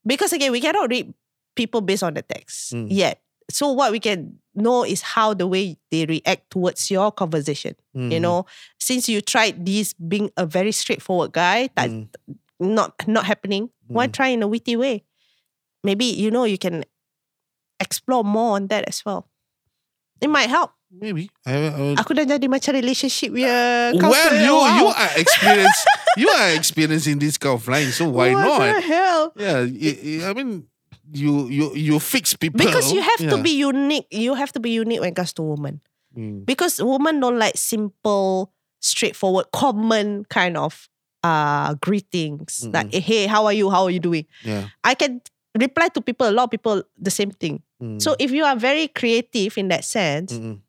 Speaker 4: because again we cannot read people based on the text
Speaker 1: Mm.
Speaker 4: yet. So what we can know is how the way they react towards your conversation. You
Speaker 1: Mm.
Speaker 4: know, since you tried this being a very straightforward guy, that
Speaker 1: Mm.
Speaker 4: not not happening. Why try in a witty way? Maybe you know you can explore more on that as well. It might help.
Speaker 1: Maybe I, I,
Speaker 4: Aku dah jadi macam relationship ya.
Speaker 1: Mm. Well you
Speaker 4: oh,
Speaker 1: you are experienced You are experienced in this kind of line So why
Speaker 4: what the
Speaker 1: not?
Speaker 4: hell?
Speaker 1: Yeah y- y- I mean You you you fix people
Speaker 4: Because you have
Speaker 1: Yeah.
Speaker 4: to be unique. You have to be unique when it comes to women.
Speaker 1: Mm.
Speaker 4: Because women don't like simple, straightforward, common kind of uh greetings. Like, hey, how are you? How are you doing?
Speaker 1: Yeah
Speaker 4: I can reply to people, a lot of people, the same thing.
Speaker 1: Mm.
Speaker 4: So if you are very creative in that sense,
Speaker 1: Mm-mm.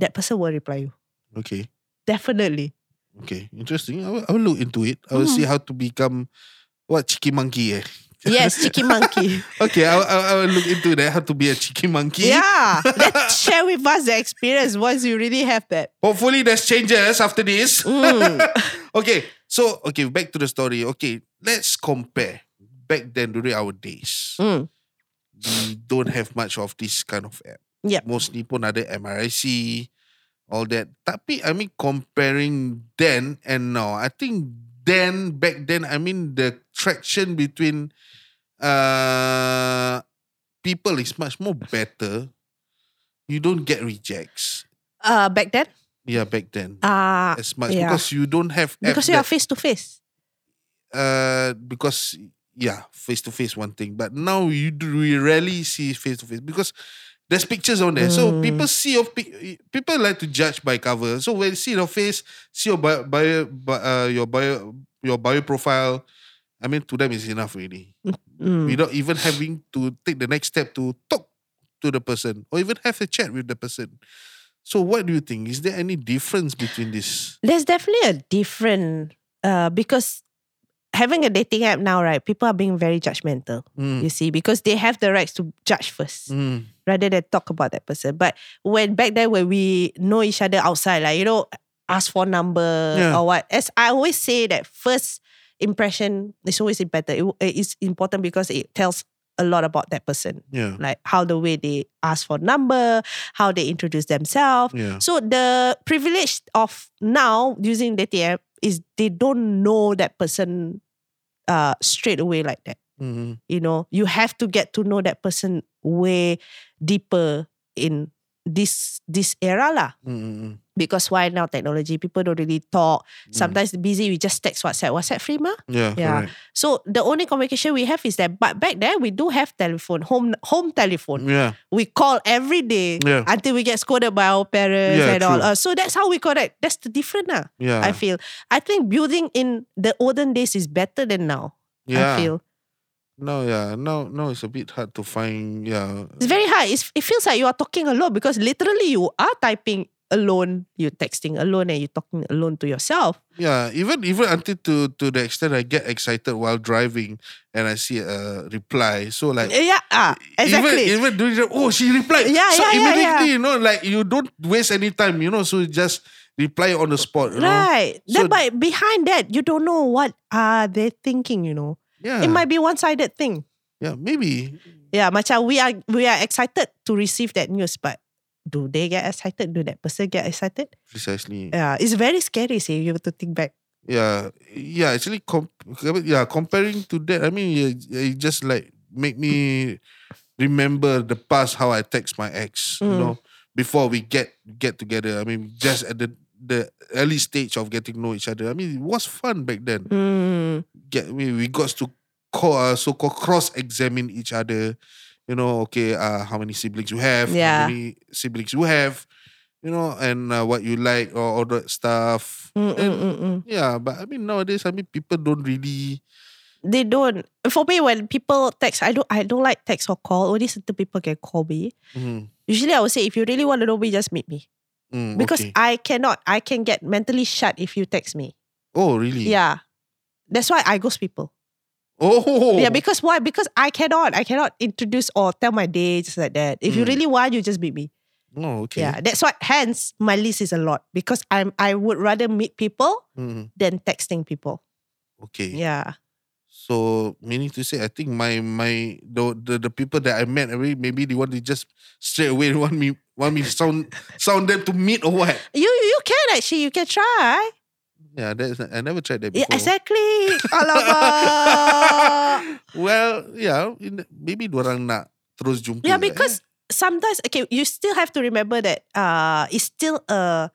Speaker 4: that person will reply you.
Speaker 1: Okay
Speaker 4: Definitely.
Speaker 1: Okay Interesting I will, I will look into it I will see
Speaker 4: Mm-hmm.
Speaker 1: how to become What cheeky monkey eh
Speaker 4: Yes, cheeky monkey.
Speaker 1: Okay I, will- I, will- I will look into that How to be a cheeky monkey
Speaker 4: yeah. Let's share with us the experience once you really have that.
Speaker 1: Hopefully there's changes after this.
Speaker 4: Mm.
Speaker 1: okay, so okay, back to the story. Okay, let's compare. Back then during our days,
Speaker 4: Mm.
Speaker 1: we don't have much of this kind of app.
Speaker 4: Yep.
Speaker 1: Mostly pun ada MRIC, all that. Tapi I mean comparing then and now, I think then back then I mean the traction between uh people is much more better. You don't get rejects.
Speaker 4: Uh, back then,
Speaker 1: Yeah, back then
Speaker 4: uh,
Speaker 1: as much
Speaker 4: Yeah.
Speaker 1: because you don't have apps
Speaker 4: because you are
Speaker 1: that,
Speaker 4: face to face.
Speaker 1: uh because yeah face to face one thing but now you do we rarely see face to face because There's pictures on there.
Speaker 4: Hmm.
Speaker 1: So people see your pic- people like to judge by cover. So when see your face, see your bio, bio, bi- uh, your bio your bio profile, I mean to them is enough really.
Speaker 4: Mm,
Speaker 1: Without even having to take the next step to talk to the person or even have a chat with the person. So what do you think? Is there any difference between this?
Speaker 4: There's definitely a different uh, because having a dating app now, right? People are being very judgmental.
Speaker 1: Mm,
Speaker 4: You see, because they have the rights to judge first
Speaker 1: mm,
Speaker 4: rather than talk about that person. But when back then, when we know each other outside, like you know, ask for number
Speaker 1: Yeah.
Speaker 4: or what. As I always say, that first impression is always better. It, it's important because it tells a lot about that person,
Speaker 1: yeah.
Speaker 4: like how the way they ask for number, how they introduce themselves.
Speaker 1: Yeah.
Speaker 4: So the privilege of now using dating app is they don't know that person uh, straight away like that.
Speaker 1: Mm.
Speaker 4: You know, you have to get to know that person way deeper in this this era lah.
Speaker 1: Mm-mm.
Speaker 4: Because why now technology? People don't really talk. Sometimes busy, we just text WhatsApp. WhatsApp free mah?
Speaker 1: Yeah,
Speaker 4: Yeah.
Speaker 1: correct.
Speaker 4: So the only communication we have is that. But back then we do have telephone, home home telephone.
Speaker 1: Yeah.
Speaker 4: We call every day
Speaker 1: Yeah.
Speaker 4: until we get scolded by our parents
Speaker 1: Yeah,
Speaker 4: and all.
Speaker 1: true.
Speaker 4: Uh, so that's how we connect. That's the different lah.
Speaker 1: Yeah.
Speaker 4: I feel. I think building in the olden days is better than now.
Speaker 1: yeah.
Speaker 4: I feel
Speaker 1: No, yeah. No, no, it's a bit hard to find. Yeah.
Speaker 4: it's very hard. It's, it feels like you are talking alone because literally you are typing alone, you're texting alone, and you're talking alone to yourself.
Speaker 1: Yeah. Even even until to to the extent I get excited while driving and I see a reply. So like
Speaker 4: Yeah, ah, exactly.
Speaker 1: Even even doing that, oh she replied.
Speaker 4: Yeah,
Speaker 1: so
Speaker 4: yeah, yeah,
Speaker 1: immediately,
Speaker 4: yeah.
Speaker 1: you know, like you don't waste any time, you know, so you just reply on the spot. You
Speaker 4: right.
Speaker 1: So-
Speaker 4: then, but behind that, you don't know what are they thinking. You know,
Speaker 1: Know? Yeah.
Speaker 4: it might be one-sided thing.
Speaker 1: yeah, maybe.
Speaker 4: Yeah, macam we are we are excited to receive that news, but do they get excited? Do that person get excited?
Speaker 1: Precisely.
Speaker 4: Yeah, it's very scary. See, you have to think back.
Speaker 1: yeah yeah actually com- yeah comparing to that i mean it, it just like make me remember the past how i text my ex you
Speaker 4: Mm.
Speaker 1: know before we get get together i mean just at the the early stage of getting to know each other i mean it was fun back then
Speaker 4: Mm.
Speaker 1: get we, we got to co- uh, so called cross examine each other. You know, okay, uh, how many siblings you have? How
Speaker 4: Yeah.
Speaker 1: many siblings you have? You know, and uh, what you like or all that stuff.
Speaker 4: Mm,
Speaker 1: And,
Speaker 4: mm, mm, mm.
Speaker 1: yeah, but I mean nowadays, I mean people don't really.
Speaker 4: They don't. For me, when people text, I don't. I don't like text or call. Only certain people can call me.
Speaker 1: Mm,
Speaker 4: Usually, I would say if you really want to know me, just meet me
Speaker 1: mm,
Speaker 4: because
Speaker 1: okay.
Speaker 4: I cannot. I can get mentally shut if you text me.
Speaker 1: oh really?
Speaker 4: Yeah, that's why I ghost people.
Speaker 1: Oh.
Speaker 4: Yeah, because why? Because I cannot. I cannot introduce or tell my day just like that. If you
Speaker 1: Mm.
Speaker 4: really want, you just meet me.
Speaker 1: Oh okay.
Speaker 4: Yeah, that's why. Hence, my list is a lot because I'm. I would rather meet people
Speaker 1: Mm,
Speaker 4: than texting people.
Speaker 1: okay.
Speaker 4: Yeah.
Speaker 1: So meaning to say, I think my my the the, the people that I met, I mean, maybe they want to just straight away want me want me sound sound them to meet or what?
Speaker 4: You you can actually you can try.
Speaker 1: Yeah, that's I never tried that
Speaker 4: Yeah,
Speaker 1: before.
Speaker 4: exactly. Alamak.
Speaker 1: well, yeah, in, maybe orang nak terus jumpa. eh.
Speaker 4: yeah,
Speaker 1: lah,
Speaker 4: because sometimes okay, you still have to remember that uh it's still a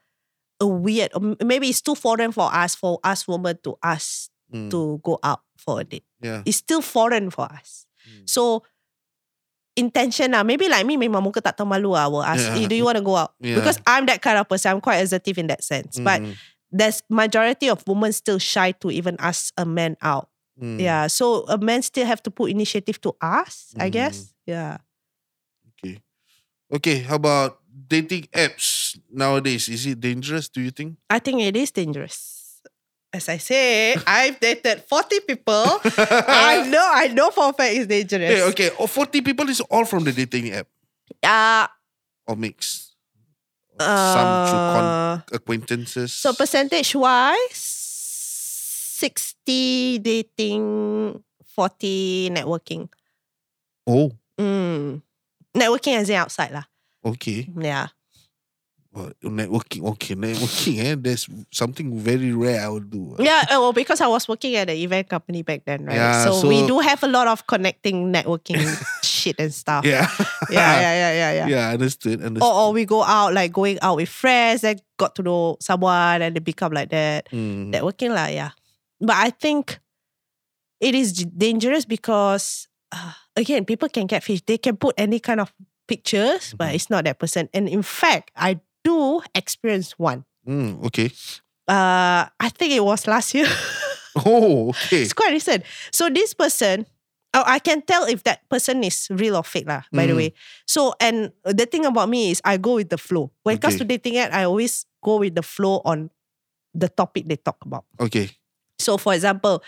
Speaker 4: a weird or m- maybe it's too foreign for us for us women to us
Speaker 1: eh? Mm,
Speaker 4: to go out for a date.
Speaker 1: yeah,
Speaker 4: It's still foreign for us.
Speaker 1: Mm.
Speaker 4: So intention lah. Maybe like me memang muka tak tahu malu lah. I will ask,
Speaker 1: Yeah.
Speaker 4: "Eh, do you want to go out?
Speaker 1: Yeah.
Speaker 4: Because I'm that kind of person. I'm quite assertive in that sense. But
Speaker 1: Mm,
Speaker 4: there's majority of women still shy to even ask a man out.
Speaker 1: mm.
Speaker 4: Yeah, so a man still have to put initiative to us,
Speaker 1: Hmm.
Speaker 4: I guess. Yeah.
Speaker 1: Okay, okay. How about dating apps nowadays? Is it dangerous? Do you think?
Speaker 4: I think it is dangerous. As I say, I've dated 40 people. I know, I know for a fact it's dangerous.
Speaker 1: Hey, okay. Oh, 40 people is all from the dating app
Speaker 4: Uh,
Speaker 1: or mix. Some through con-
Speaker 4: uh,
Speaker 1: acquaintances.
Speaker 4: so percentage wise, 60 dating, 40 networking.
Speaker 1: oh,
Speaker 4: Mm. Networking as in outside lah.
Speaker 1: okay.
Speaker 4: Yeah.
Speaker 1: Oh, networking. Okay, networking. Eh, there's something very rare I would do.
Speaker 4: Yeah, uh, well, because I was working at an event company back then, right?
Speaker 1: Yeah, so-
Speaker 4: so, we do have a lot of connecting, networking shit and stuff.
Speaker 1: Yeah.
Speaker 4: yeah, yeah, yeah, yeah. yeah.
Speaker 1: yeah, understood. Understood.
Speaker 4: Or, or we go out, like going out with friends, then got to know someone and they become like that.
Speaker 1: Mm.
Speaker 4: Networking, lah, yeah. But I think it is j- dangerous because, uh, again, people can get fish. They can put any kind of pictures,
Speaker 1: Mm-hmm.
Speaker 4: but it's not that person. And in fact, I do experience one.
Speaker 1: Hmm, okay.
Speaker 4: Uh, I think it was last year.
Speaker 1: Oh, okay.
Speaker 4: it's quite recent. So this person, oh, I can tell if that person is real or fake lah. By the
Speaker 1: Mm.
Speaker 4: way, so and the thing about me is I go with the flow. When it comes to
Speaker 1: Okay.
Speaker 4: dating, app, I always go with the flow on the topic they talk about.
Speaker 1: Okay.
Speaker 4: So for example,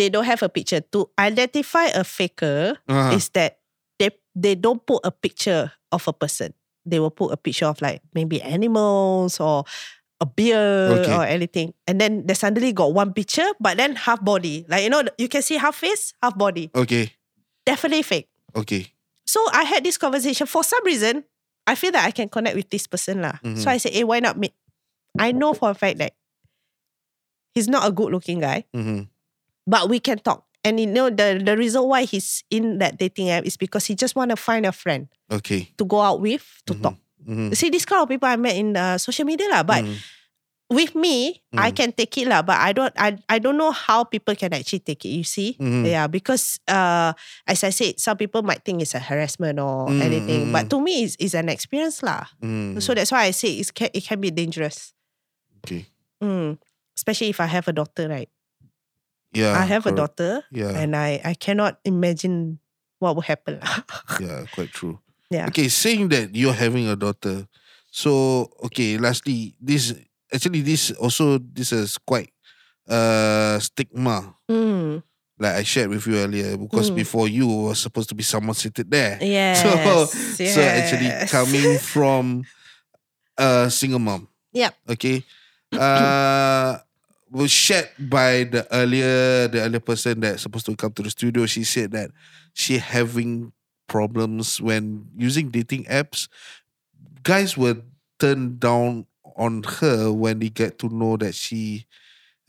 Speaker 4: they don't have a picture. To identify a faker
Speaker 1: Uh-huh.
Speaker 4: is that they they don't put a picture of a person. They will put a picture of like maybe animals or a beer
Speaker 1: Okay.
Speaker 4: or anything. And then they suddenly got one picture, but then half body. Like you know, you can see half face, half body.
Speaker 1: Okay.
Speaker 4: Definitely fake.
Speaker 1: Okay.
Speaker 4: So I had this conversation for some reason. I feel that I can connect with this person lah.
Speaker 1: Mhm.
Speaker 4: So I said, hey, why not meet? I know for a fact that he's not a good looking guy
Speaker 1: Mm-hmm.
Speaker 4: but we can talk. And you know the the reason why he's in that dating app is because he just want to find a friend
Speaker 1: Okay.
Speaker 4: to go out with to
Speaker 1: Mhm.
Speaker 4: talk.
Speaker 1: Mm-hmm.
Speaker 4: See, this kind of people I met in uh, social media lah. But with me, I
Speaker 1: Mm.
Speaker 4: can take it lah. But I don't I, I don't know how people can actually take it. You see,
Speaker 1: Mhm.
Speaker 4: yeah, because uh, as I said, some people might think it's a harassment or
Speaker 1: Mm,
Speaker 4: anything.
Speaker 1: mm,
Speaker 4: But to me, it's, it's an experience lah. So that's why I say it can it can be dangerous.
Speaker 1: Okay.
Speaker 4: Mm. Especially if I have a daughter, right?
Speaker 1: yeah.
Speaker 4: I have
Speaker 1: Uh,
Speaker 4: a
Speaker 1: correct.
Speaker 4: daughter
Speaker 1: Yeah.
Speaker 4: and I, I cannot imagine what will happen.
Speaker 1: yeah, quite true.
Speaker 4: Yeah.
Speaker 1: Okay, saying that you're having a daughter, so okay. Lastly, this actually this also this is quite uh stigma.
Speaker 4: mm,
Speaker 1: Like I shared with you earlier, because
Speaker 4: Mm.
Speaker 1: before you was supposed to be someone seated there.
Speaker 4: yes.
Speaker 1: So actually
Speaker 4: yes.
Speaker 1: coming from a single mom.
Speaker 4: Yep.
Speaker 1: Okay. Uh was shared by the earlier the earlier person that's supposed to come to the studio. She said that she having problems when using dating apps. Guys were turned down on her when they get to know that she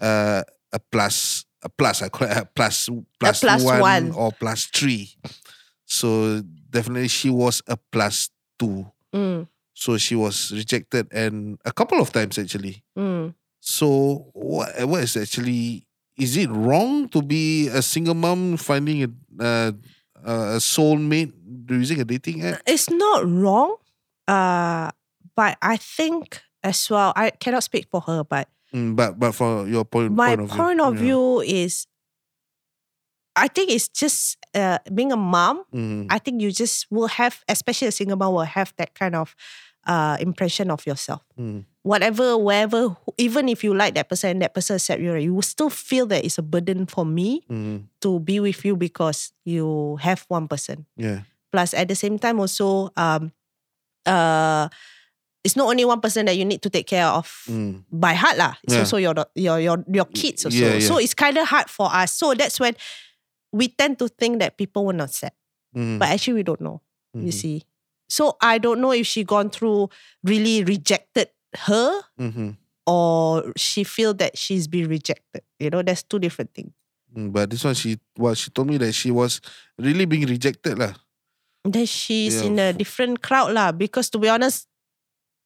Speaker 1: uh a plus a plus I call it a plus plus
Speaker 4: plus one.
Speaker 1: or plus three. So definitely she was a plus two.
Speaker 4: Mm,
Speaker 1: So she was rejected and a couple of times actually.
Speaker 4: mm.
Speaker 1: So what what is actually is it wrong to be a single mom finding a uh, a soulmate using a dating app?
Speaker 4: It's not wrong, uh, but I think as well, I cannot speak for her, but
Speaker 1: Mm, but but for your point,
Speaker 4: my
Speaker 1: point of
Speaker 4: point
Speaker 1: view,
Speaker 4: of view is I think it's just uh, being a mom,
Speaker 1: yeah. Mhm.
Speaker 4: I think you just will have, especially a single mom, will have that kind of uh, impression of yourself.
Speaker 1: Mm.
Speaker 4: whatever, wherever, who- even if you like that person and that person accept you, right, you will still feel that it's a burden for me
Speaker 1: Mhm.
Speaker 4: to be with you because you have one person.
Speaker 1: yeah,
Speaker 4: Plus, at the same time, also, um, uh, it's not only one person that you need to take care of
Speaker 1: Mm.
Speaker 4: by heart lah. It's
Speaker 1: Yeah.
Speaker 4: also your dau- your your your kids also.
Speaker 1: yeah, yeah.
Speaker 4: So it's kind of hard for us. So that's when we tend to think that people will not accept,
Speaker 1: Mhm.
Speaker 4: but actually we don't know you
Speaker 1: Mhm.
Speaker 4: see. So I don't know if she gone through really rejected her
Speaker 1: Mhm.
Speaker 4: or she feel that she's been rejected. You know, that's two different things.
Speaker 1: Mm, But this one, she well, she told me that she was really being rejected lah.
Speaker 4: Then she's
Speaker 1: Yeah.
Speaker 4: in a different crowd lah. Because to be honest,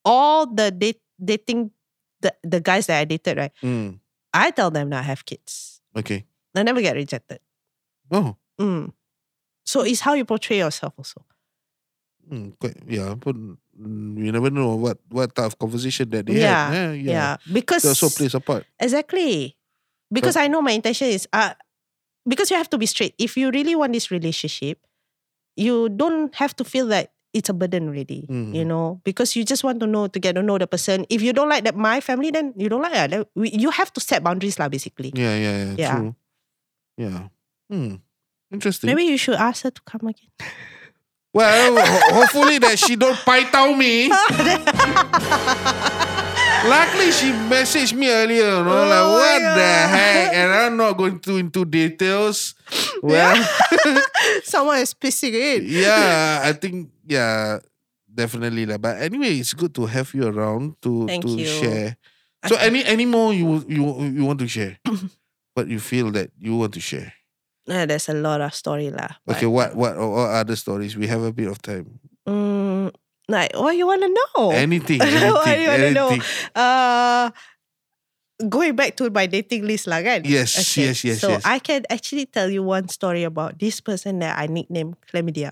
Speaker 4: all the date, dating the, the guys that I dated, right?
Speaker 1: Mm.
Speaker 4: I tell them that I have kids.
Speaker 1: Okay.
Speaker 4: I never get rejected.
Speaker 1: Oh,
Speaker 4: Mm. So it's how you portray yourself also.
Speaker 1: Hmm, quite yeah, but mm, you never know what what type of conversation that they
Speaker 4: Yeah,
Speaker 1: had.
Speaker 4: Yeah. Because
Speaker 1: That also plays a part.
Speaker 4: Exactly. Because I know my intention is uh because you have to be straight. If you really want this relationship, you don't have to feel that it's a burden really. You
Speaker 1: Mhm.
Speaker 4: know, because you just want to know to get to know the person. If you don't like that my family, then you don't like that. Then we- You have to set boundaries lah basically.
Speaker 1: Yeah, yeah, yeah.
Speaker 4: Yeah.
Speaker 1: True. Yeah. Hmm. Interesting.
Speaker 4: Maybe you should ask her to come again.
Speaker 1: Well, ho- hopefully that she don't pie tao me.
Speaker 4: Oh,
Speaker 1: Luckily, she messaged me earlier. You know, like
Speaker 4: Oh my
Speaker 1: what the
Speaker 4: God.
Speaker 1: heck? And I'm not going to into details. Well,
Speaker 4: Someone is pissing in.
Speaker 1: yeah, I think yeah, definitely lah. But anyway, it's good to have you around to
Speaker 4: Thank
Speaker 1: to
Speaker 4: you.
Speaker 1: share. So any any more you you you want to share, but you feel that you want to share.
Speaker 4: Yeah, there's a lot of story lah. but,
Speaker 1: Okay, what what what other stories? We have a bit of time.
Speaker 4: mm, like what you wanna know?
Speaker 1: Anything,
Speaker 4: What do
Speaker 1: anything,
Speaker 4: Oh. you wanna know?
Speaker 1: anything.
Speaker 4: uh going back to my dating list lah kan?
Speaker 1: Yes, yes, yes,
Speaker 4: So
Speaker 1: yes.
Speaker 4: I can actually tell you one story about this person that I nicknamed Chlamydia.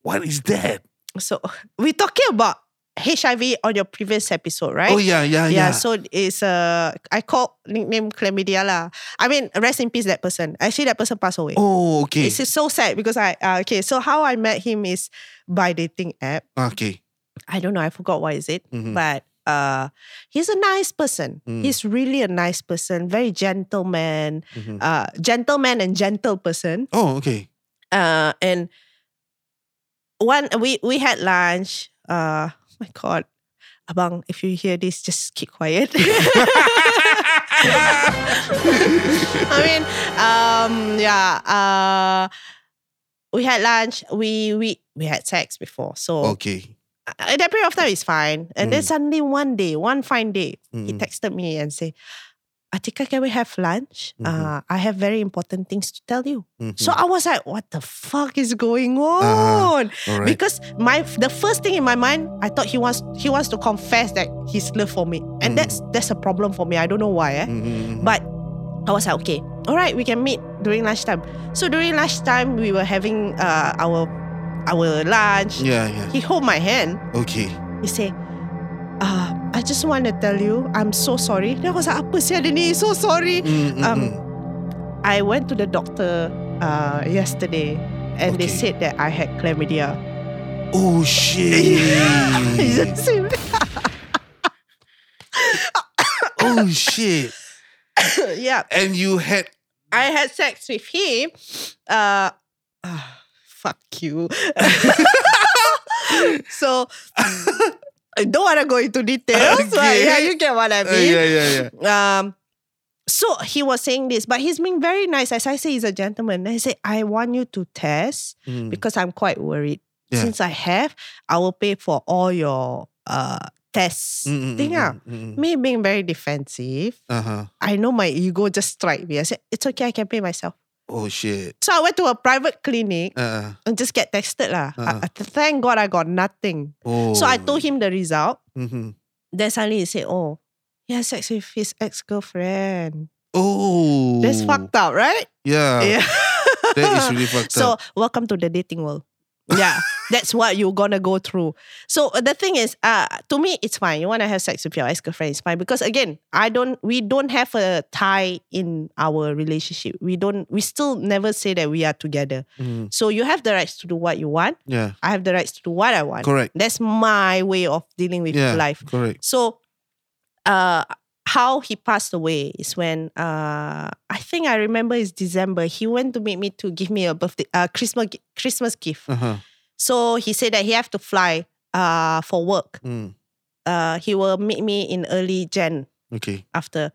Speaker 1: What is that?
Speaker 4: so we're talking about HIV on your previous episode, right?
Speaker 1: Oh yeah, yeah, yeah.
Speaker 4: yeah, so it's uh I call nickname chlamydia lah. I mean, rest in peace that person. Actually, that person passed away.
Speaker 1: oh okay.
Speaker 4: It's just so sad because I uh, okay. So how I met him is by dating app.
Speaker 1: okay.
Speaker 4: I don't know. I forgot what is it,
Speaker 1: Mhm.
Speaker 4: but uh, he's a nice person.
Speaker 1: Mm.
Speaker 4: He's really a nice person. Very gentleman,
Speaker 1: Mhm.
Speaker 4: uh, gentleman and gentle person.
Speaker 1: Oh okay.
Speaker 4: Uh, and one we we had lunch. Uh, my God, Abang, if you hear this, just keep quiet. I mean, um, yeah. Uh, we had lunch. We we we had sex before, so
Speaker 1: Okay.
Speaker 4: at Uh, that period of time it's fine. And then
Speaker 1: Mm.
Speaker 4: suddenly one day, one fine day, he
Speaker 1: Mm.
Speaker 4: texted me and say, Atika, can we have lunch?
Speaker 1: Mhm.
Speaker 4: Uh, I have very important things to tell you.
Speaker 1: Mhm.
Speaker 4: So I was like, what the fuck is going
Speaker 1: Ah,
Speaker 4: on?
Speaker 1: Alright.
Speaker 4: Because my the first thing in my mind, I thought he wants he wants to confess that his love for me. And
Speaker 1: Mm.
Speaker 4: that's that's a problem for me. I don't know why. Eh?
Speaker 1: Mhm.
Speaker 4: But I was like, okay, all right, we can meet during lunchtime. So during lunchtime, we were having uh, our our lunch.
Speaker 1: yeah, yeah.
Speaker 4: He hold my hand.
Speaker 1: Okay.
Speaker 4: He say, uh, I just want to tell you, I'm so sorry. Then I was like, apa sih ada ni? So sorry.
Speaker 1: Mm, mm,
Speaker 4: Um,
Speaker 1: mm.
Speaker 4: I went to the doctor uh, yesterday and they
Speaker 1: Okay.
Speaker 4: said that I had chlamydia.
Speaker 1: Oh shit.
Speaker 4: It's the same.
Speaker 1: oh shit.
Speaker 4: yeah.
Speaker 1: And you had
Speaker 4: I had sex with him. Uh, ah, fuck you. so, I don't want to go into details, but
Speaker 1: Okay.
Speaker 4: yeah, you get what I
Speaker 1: uh,
Speaker 4: mean.
Speaker 1: yeah, yeah, yeah.
Speaker 4: Um, so he was saying this, but he's being very nice. As I say, he's a gentleman. I say, I want you to test
Speaker 1: Mm.
Speaker 4: because I'm quite worried.
Speaker 1: Yeah.
Speaker 4: Since I have, I will pay for all your uh tests.
Speaker 1: Mm, mm,
Speaker 4: Thing ah.
Speaker 1: mm, mm, mm.
Speaker 4: Me being very defensive,
Speaker 1: Uh-huh.
Speaker 4: I know my ego just strike me. I said, it's okay, I can pay myself.
Speaker 1: Oh shit.
Speaker 4: So I went to a private clinic
Speaker 1: Uh.
Speaker 4: and just get tested lah.
Speaker 1: Uh-uh.
Speaker 4: I- I- thank God I got nothing.
Speaker 1: Oh.
Speaker 4: So I told him the result.
Speaker 1: Mm-hmm.
Speaker 4: Then suddenly he said, oh, he has sex with his ex-girlfriend.
Speaker 1: Oh.
Speaker 4: That's fucked up, right?
Speaker 1: Yeah.
Speaker 4: yeah.
Speaker 1: That is really fucked
Speaker 4: so
Speaker 1: Oh, up.
Speaker 4: welcome to the dating world. Yeah, that's what you're gonna go through. So uh, the thing is, uh, to me, it's fine. You wanna have sex with your ex girlfriend, it's fine because again, I don't. We don't have a tie in our relationship. We don't. We still never say that we are together.
Speaker 1: Mm.
Speaker 4: So you have the rights to do what you want.
Speaker 1: Yeah.
Speaker 4: I have the rights to do what I want.
Speaker 1: Correct.
Speaker 4: That's my way of dealing with
Speaker 1: Yeah.
Speaker 4: life.
Speaker 1: Correct.
Speaker 4: So, uh, how he passed away is when uh, I think I remember it's December. He went to meet me to give me a birthday, uh, Christmas, gi- Christmas gift.
Speaker 1: Uh-huh.
Speaker 4: So he said that he have to fly uh, for work.
Speaker 1: Mm.
Speaker 4: Uh, he will meet me in early Jan
Speaker 1: Okay.
Speaker 4: after.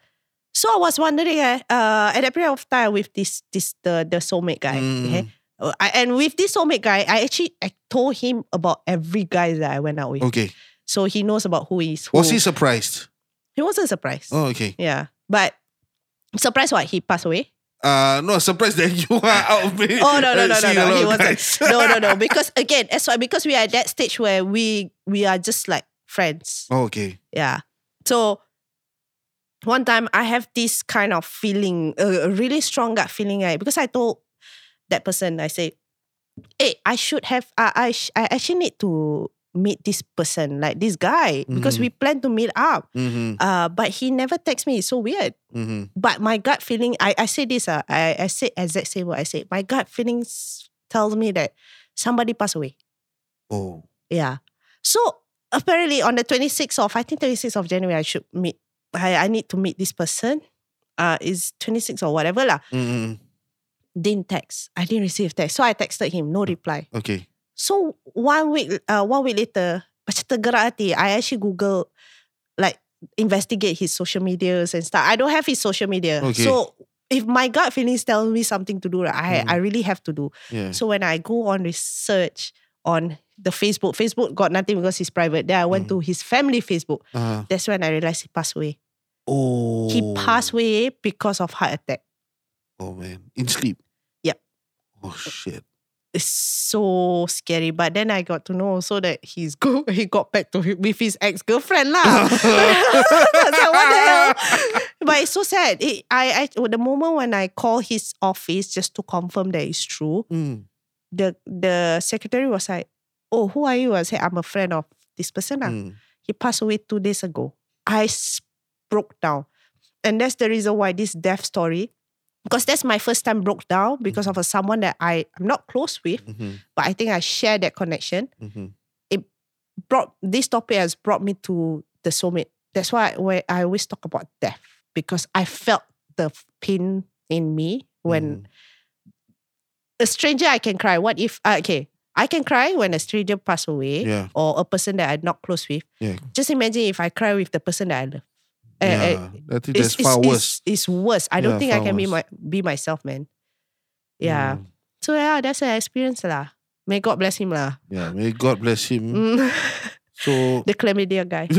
Speaker 4: So I was wondering, eh, uh, at that period of time with this this the the soulmate guy,
Speaker 1: Hmm.
Speaker 4: okay? Uh, I, and with this soulmate guy, I actually I told him about every guy that I went out with,
Speaker 1: Okay.
Speaker 4: so he knows about who is who.
Speaker 1: Oh. Was he surprised?
Speaker 4: He wasn't surprised.
Speaker 1: Oh, okay.
Speaker 4: Yeah. But surprise what? He passed away?
Speaker 1: Uh, no, surprised that you are out of it.
Speaker 4: Oh no no no no
Speaker 1: Seeing a
Speaker 4: no.
Speaker 1: lot
Speaker 4: He
Speaker 1: of
Speaker 4: wasn't.
Speaker 1: guys.
Speaker 4: No, no, no. Because again, that's why because we are at that stage where we we are just like friends.
Speaker 1: Oh, okay.
Speaker 4: Yeah. So one time I have this kind of feeling, a a really strong gut feeling, right? Because I told that person, I say, hey, I should have, I, I, sh- I actually need to meet this person, like this guy, because
Speaker 1: Mhm.
Speaker 4: we plan to meet up.
Speaker 1: Mm-hmm.
Speaker 4: Uh, but he never texts me. It's so weird.
Speaker 1: Mm-hmm.
Speaker 4: But my gut feeling, I, I say this, uh, I, I say exact same what I say. My gut feelings tells me that somebody passed away.
Speaker 1: Oh.
Speaker 4: Yeah. So apparently on the 26th of, I think 26th of January, I should meet, I, I need to meet this person. Uh, is 26 or whatever lah.
Speaker 1: Mm-hmm.
Speaker 4: Didn't text. I didn't receive text. So I texted him, no reply.
Speaker 1: Okay.
Speaker 4: So one week, uh, one week later, macam tergerak hati. I actually Google, like investigate his social medias and stuff. I don't have his social media,
Speaker 1: Okay.
Speaker 4: so if my gut feelings tell me something to do, right, I
Speaker 1: Mhm.
Speaker 4: I really have to do.
Speaker 1: Yeah.
Speaker 4: So when I go on research on the Facebook, Facebook got nothing because he's private. Then I went
Speaker 1: Hmm.
Speaker 4: to his family Facebook.
Speaker 1: Uh,
Speaker 4: That's when I realized he passed away.
Speaker 1: oh.
Speaker 4: He passed away because of heart attack.
Speaker 1: Oh man. In sleep.
Speaker 4: Yep.
Speaker 1: Oh shit.
Speaker 4: It's so scary. But then I got to know also that he's go he got back to hi- with his ex girlfriend lah. I was like, what the hell? But it's so sad. It, I, I the moment when I call his office just to confirm that it's true,
Speaker 1: Mm.
Speaker 4: the the secretary was like, oh, who are you? I said, I'm a friend of this person. ah.
Speaker 1: Mm.
Speaker 4: He passed away two days ago. I s- broke down. And that's the reason why this death story, because that's my first time broke down because of a, someone that I, I'm not close with,
Speaker 1: Mhm.
Speaker 4: but I think I share that connection.
Speaker 1: Mhm.
Speaker 4: Brought this topic has brought me to the summit. That's why when I always talk about death, because I felt the pain in me when
Speaker 1: Mhm.
Speaker 4: a stranger I can cry. What if uh, okay, I can cry when a stranger pass away
Speaker 1: Yeah.
Speaker 4: or a person that I'm not close with.
Speaker 1: Yeah.
Speaker 4: Just imagine if I cry with the person that I love. Uh,
Speaker 1: yeah.
Speaker 4: uh,
Speaker 1: I think that's far worse.
Speaker 4: It's, it's worse. I don't
Speaker 1: Yeah,
Speaker 4: think I
Speaker 1: far
Speaker 4: can be my
Speaker 1: worse. Mm.
Speaker 4: be myself, man. Yeah. So yeah, that's an experience lah. May God bless him lah.
Speaker 1: Yeah. May God bless him.
Speaker 4: Mm.
Speaker 1: So
Speaker 4: the chlamydia guy.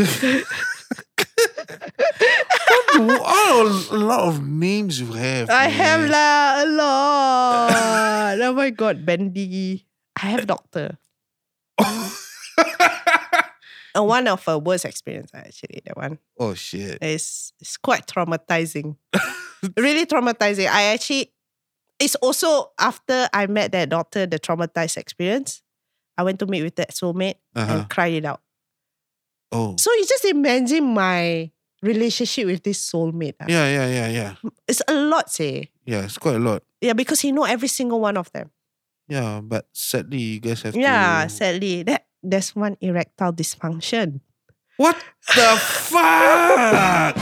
Speaker 1: all a lot of names you have.
Speaker 4: I have
Speaker 1: man.
Speaker 4: lah a lot. oh my god, Bendy. I have doctor. And one of her worst experience ah, actually that one.
Speaker 1: Oh shit.
Speaker 4: It's it's quite traumatizing. really traumatizing. I actually it's also after I met that doctor, the traumatized experience. I went to meet with that soulmate
Speaker 1: Uh-huh.
Speaker 4: and cried it out.
Speaker 1: Oh.
Speaker 4: So you just imagine my relationship with this soulmate. ah.
Speaker 1: Yeah, yeah, yeah, yeah.
Speaker 4: It's a lot, say.
Speaker 1: Yeah, it's quite a lot.
Speaker 4: Yeah, because he know every single one of them.
Speaker 1: Yeah, but sadly you guys have
Speaker 4: Yeah,
Speaker 1: to
Speaker 4: sadly. That there's one erectile dysfunction.
Speaker 1: What the fuck?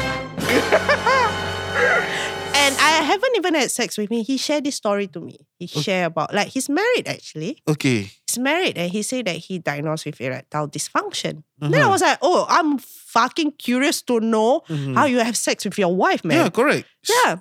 Speaker 4: And I haven't even had sex with me. He shared this story to me. He shared about like he's married actually.
Speaker 1: Okay.
Speaker 4: he's married and he said that he diagnosed with erectile dysfunction. Then I
Speaker 1: Uh-huh.
Speaker 4: was like, oh, I'm fucking curious to know
Speaker 1: Mhm.
Speaker 4: how you have sex with your wife,
Speaker 1: Yeah,
Speaker 4: man.
Speaker 1: correct.
Speaker 4: Yeah.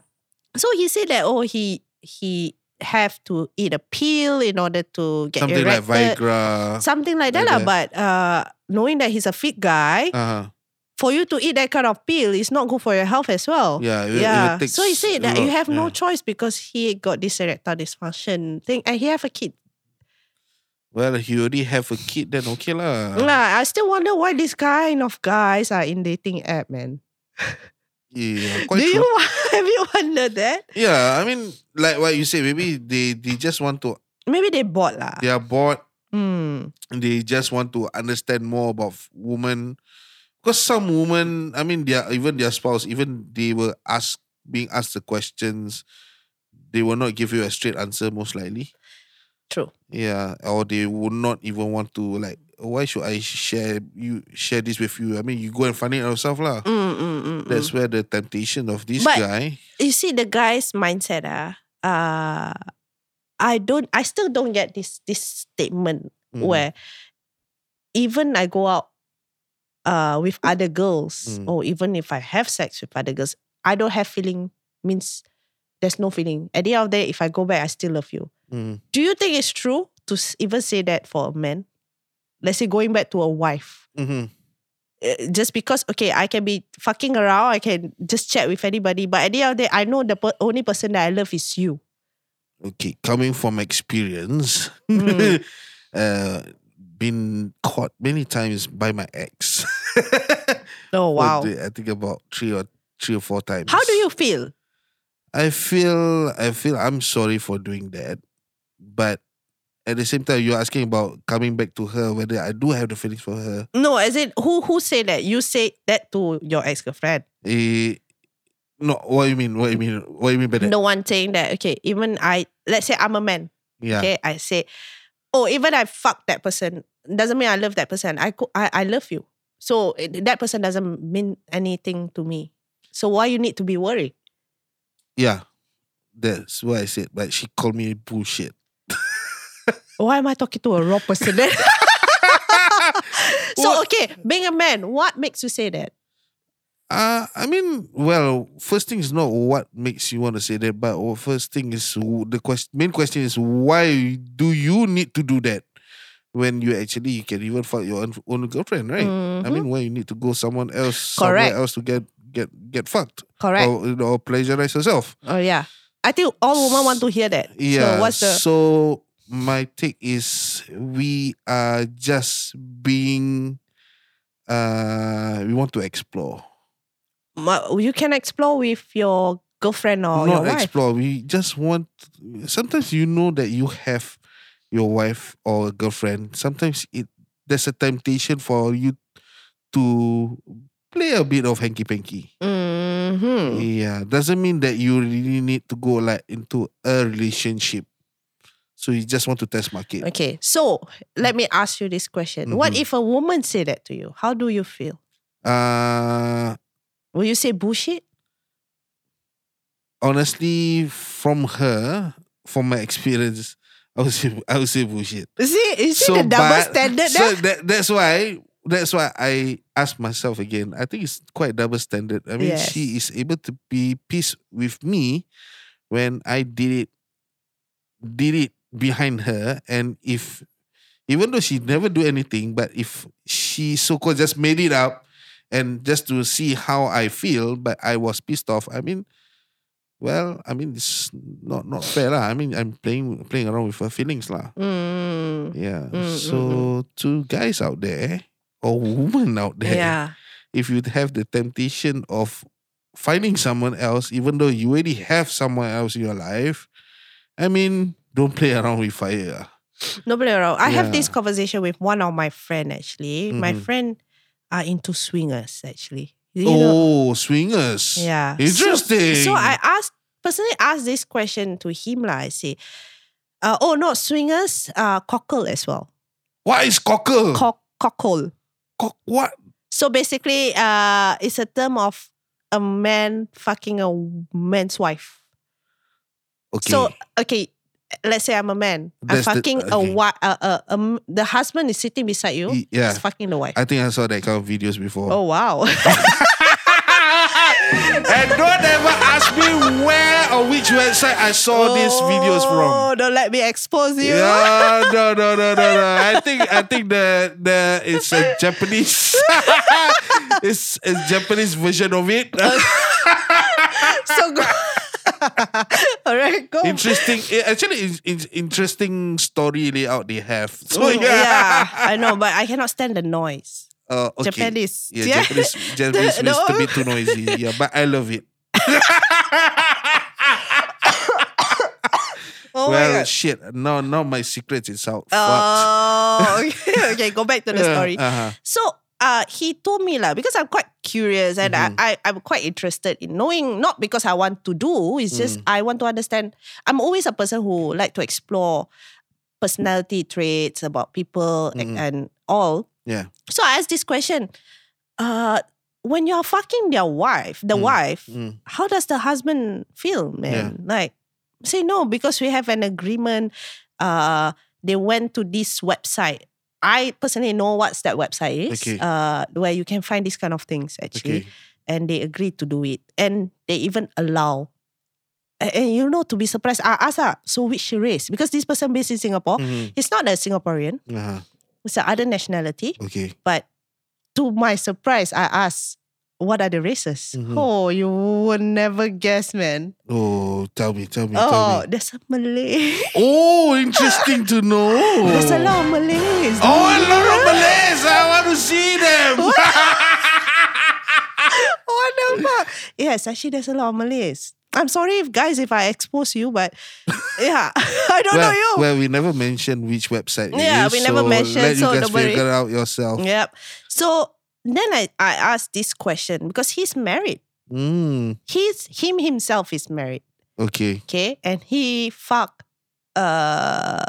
Speaker 4: So he said that oh he he have to eat a pill in order to get
Speaker 1: Something like
Speaker 4: erected.
Speaker 1: Viagra.
Speaker 4: Something like that,
Speaker 1: like
Speaker 4: lah. But uh, knowing that he's a fit guy,
Speaker 1: Uh-huh.
Speaker 4: for you to eat that kind of pill is not good for your health as well.
Speaker 1: Yeah, it- it
Speaker 4: yeah.
Speaker 1: takes
Speaker 4: so
Speaker 1: a
Speaker 4: he said that you
Speaker 1: lot,
Speaker 4: have no
Speaker 1: yeah.
Speaker 4: choice because he got this erectile dysfunction thing, and he have a kid.
Speaker 1: Well, if you already have a kid, then okay lah.
Speaker 4: Nah, I still wonder why this kind of guys are in dating app, man.
Speaker 1: Yeah, quite
Speaker 4: Do
Speaker 1: true.
Speaker 4: you have you wondered that?
Speaker 1: Yeah, I mean, like what you say, maybe they they just want to
Speaker 4: Maybe they bought lah.
Speaker 1: they are bored.
Speaker 4: Mm.
Speaker 1: They just want to understand more about f- women. Because some women, I mean, their even their spouse, even they were asked being asked the questions, they will not give you a straight answer most likely.
Speaker 4: True.
Speaker 1: Yeah, or they would not even want to like. Why should I share you share this with you? I mean, you go and find it yourself lah.
Speaker 4: Mm, mm, mm, mm.
Speaker 1: That's where the temptation of this
Speaker 4: But-
Speaker 1: guy.
Speaker 4: you see the guy's mindset ah. Uh, I don't. I still don't get this this statement
Speaker 1: Mm,
Speaker 4: where even I go out uh with other girls
Speaker 1: Mm.
Speaker 4: or even if I have sex with other girls, I don't have feeling means there's no feeling. At the end of the day, if I go back, I still love you.
Speaker 1: mm,
Speaker 4: Do you think it's true to s- even say that for a man? Let's say going back to a wife.
Speaker 1: mhm,
Speaker 4: Uh, Just because, okay, I can be fucking around, I can just chat with anybody, but at the end of the day, I know the per- only person that I love is you.
Speaker 1: Okay, coming from experience,
Speaker 4: Mm.
Speaker 1: uh, been caught many times by my ex.
Speaker 4: Oh, wow.
Speaker 1: I think about three or three or four times.
Speaker 4: How do you feel?
Speaker 1: I feel I feel I'm sorry for doing that, but at the same time, you're asking about coming back to her whether I do have the feelings for her.
Speaker 4: No, as in, who who say that? You say that to your ex girlfriend.
Speaker 1: Eh, no, what you mean? What you mean? What you mean by that?
Speaker 4: No one saying that, okay, even I, let's say I'm a man,
Speaker 1: yeah.
Speaker 4: okay, I say, oh, even I fuck that person, doesn't mean I love that person. I, co- I, I love you. So it- that person doesn't mean anything to me. So why you need to be worried?
Speaker 1: Yeah. That's what I said. But she called me bullshit.
Speaker 4: Why am I talking to a raw person then? so
Speaker 1: What?
Speaker 4: okay, being a man, what makes you say that?
Speaker 1: Uh, I mean, well, first thing is not what makes you want to say that, but well, first thing is w- the quest- main question is why do you need to do that when you actually you can even fuck your own, own girlfriend, right? I
Speaker 4: Mm-hmm.
Speaker 1: mean, why you need to go someone else,
Speaker 4: Correct.
Speaker 1: somewhere else to get get get fucked
Speaker 4: Correct.
Speaker 1: or, or plagiarize yourself?
Speaker 4: Oh yeah. I think all women want to hear that.
Speaker 1: Yeah.
Speaker 4: So what's the
Speaker 1: So my take is we are just being uh we want to explore.
Speaker 4: ma- you can explore with your girlfriend or your
Speaker 1: not
Speaker 4: wife.
Speaker 1: explore. We just want sometimes you know that you have your wife or a girlfriend, sometimes it there's a temptation for you to play a bit of hanky panky.
Speaker 4: Mm-hmm.
Speaker 1: Yeah, doesn't mean that you really need to go like into a relationship. So you just want to test market.
Speaker 4: Okay, so let me ask you this question: What
Speaker 1: Mhm.
Speaker 4: if a woman say that to you? How do you feel?
Speaker 1: Uh
Speaker 4: Will you say bullshit?
Speaker 1: honestly, from her, from my experience, I would say I would say bullshit.
Speaker 4: Is it is it the double
Speaker 1: but-
Speaker 4: standard?
Speaker 1: So
Speaker 4: there?
Speaker 1: that, that's why that's why I asked myself again. I think it's quite double standard. I mean,
Speaker 4: Yes.
Speaker 1: she is able to be peace with me when I did it did it behind her, and if even though she never do anything, but if she so called just made it up and just to see how I feel, but I was pissed off. I mean. Well, I mean, it's not not fair, lah. I mean, I'm playing playing around with her feelings, lah.
Speaker 4: Mm,
Speaker 1: Yeah.
Speaker 4: Mm, mm,
Speaker 1: so to guys out there or women out there,
Speaker 4: yeah.
Speaker 1: if you have the temptation of finding someone else, even though you already have someone else in your life, I mean, don't play around with fire.
Speaker 4: No play around. I have
Speaker 1: Yeah.
Speaker 4: this conversation with one of my friend actually. My
Speaker 1: Mhm.
Speaker 4: friend are into swingers actually. You know-
Speaker 1: oh, swingers.
Speaker 4: yeah. So-
Speaker 1: Interesting.
Speaker 4: So, I asked personally asked this question to him lah. I say, uh, oh no, swingers, uh, cockle as well.
Speaker 1: what is cockle?
Speaker 4: Cock- cockle.
Speaker 1: Cock- what?
Speaker 4: So basically, uh, it's a term of a man fucking a man's wife.
Speaker 1: Okay.
Speaker 4: So okay, let's say I'm a man.
Speaker 1: That's the-
Speaker 4: I'm fucking
Speaker 1: okay.
Speaker 4: a wife. Uh, uh, um, the husband is sitting beside you.
Speaker 1: Y- yeah.
Speaker 4: he's fucking the wife.
Speaker 1: I think I saw that kind of videos before.
Speaker 4: oh wow.
Speaker 1: And don't ever ask me where or which website I saw these videos from.
Speaker 4: Oh, don't let me expose you.
Speaker 1: Yeah, no, no, no, no, no. I think I think the the it's a Japanese it's a Japanese version of it.
Speaker 4: So go. All right, go.
Speaker 1: interesting. eh, actually, it's, it's interesting story layout they have. So
Speaker 4: Mm,
Speaker 1: yeah,
Speaker 4: yeah, I know, but I cannot stand the noise.
Speaker 1: Uh, okay.
Speaker 4: Japanese.
Speaker 1: Yeah,
Speaker 4: Yeah.
Speaker 1: Japanese. Japanese is
Speaker 4: The-
Speaker 1: a
Speaker 4: the-
Speaker 1: bit too noisy. Yeah, but I love it.
Speaker 4: Oh
Speaker 1: well,
Speaker 4: my god.
Speaker 1: shit. Now, now my secret is out. Fucked.
Speaker 4: Oh, okay, okay. Go back to the
Speaker 1: Yeah,
Speaker 4: story.
Speaker 1: uh-huh.
Speaker 4: So uh, he told me lah because I'm quite curious and
Speaker 1: Mm-hmm.
Speaker 4: I, I I'm quite interested in knowing not because I want to do it's
Speaker 1: Mm.
Speaker 4: just I want to understand. I'm always a person who like to explore personality traits about people a-
Speaker 1: Mm.
Speaker 4: and, all.
Speaker 1: Yeah.
Speaker 4: So I asked this question: uh, When you're fucking their wife, the
Speaker 1: Mm.
Speaker 4: wife,
Speaker 1: Mm.
Speaker 4: how does the husband feel, man? Like, say no because we have an agreement. Uh, they went to this website. I personally know what's that website is.
Speaker 1: Okay.
Speaker 4: Uh, where you can find these kind of things actually,
Speaker 1: Okay.
Speaker 4: and they agreed to do it, and they even allow. A- And, you know, to be surprised, I asked her, so which race? Because this person based in Singapore,
Speaker 1: Mhm.
Speaker 4: it's not a Singaporean,
Speaker 1: Uh-huh.
Speaker 4: it's a other nationality.
Speaker 1: Okay.
Speaker 4: But to my surprise, I asked, what are the races?
Speaker 1: Mhm.
Speaker 4: Oh, you would never guess, man.
Speaker 1: Oh, tell me, tell me, tell
Speaker 4: Oh,
Speaker 1: me.
Speaker 4: there's a Malay.
Speaker 1: Oh, interesting to know.
Speaker 4: There's a lot of Malays.
Speaker 1: Oh, a lot of Malays. I want to see them.
Speaker 4: What the fuck? Oh, Yes, actually, there's a lot of Malays. I'm sorry if guys, if I expose you, but yeah, I don't know you.
Speaker 1: well, well, we never mentioned which website. it
Speaker 4: Yeah,
Speaker 1: is,
Speaker 4: we never
Speaker 1: so
Speaker 4: mentioned,
Speaker 1: Let you
Speaker 4: so
Speaker 1: guys
Speaker 4: don't worry.
Speaker 1: figure out yourself.
Speaker 4: Yep. So then I, I asked this question because he's married.
Speaker 1: Mm,
Speaker 4: He's him himself is married.
Speaker 1: okay.
Speaker 4: Okay, and he fuck uh,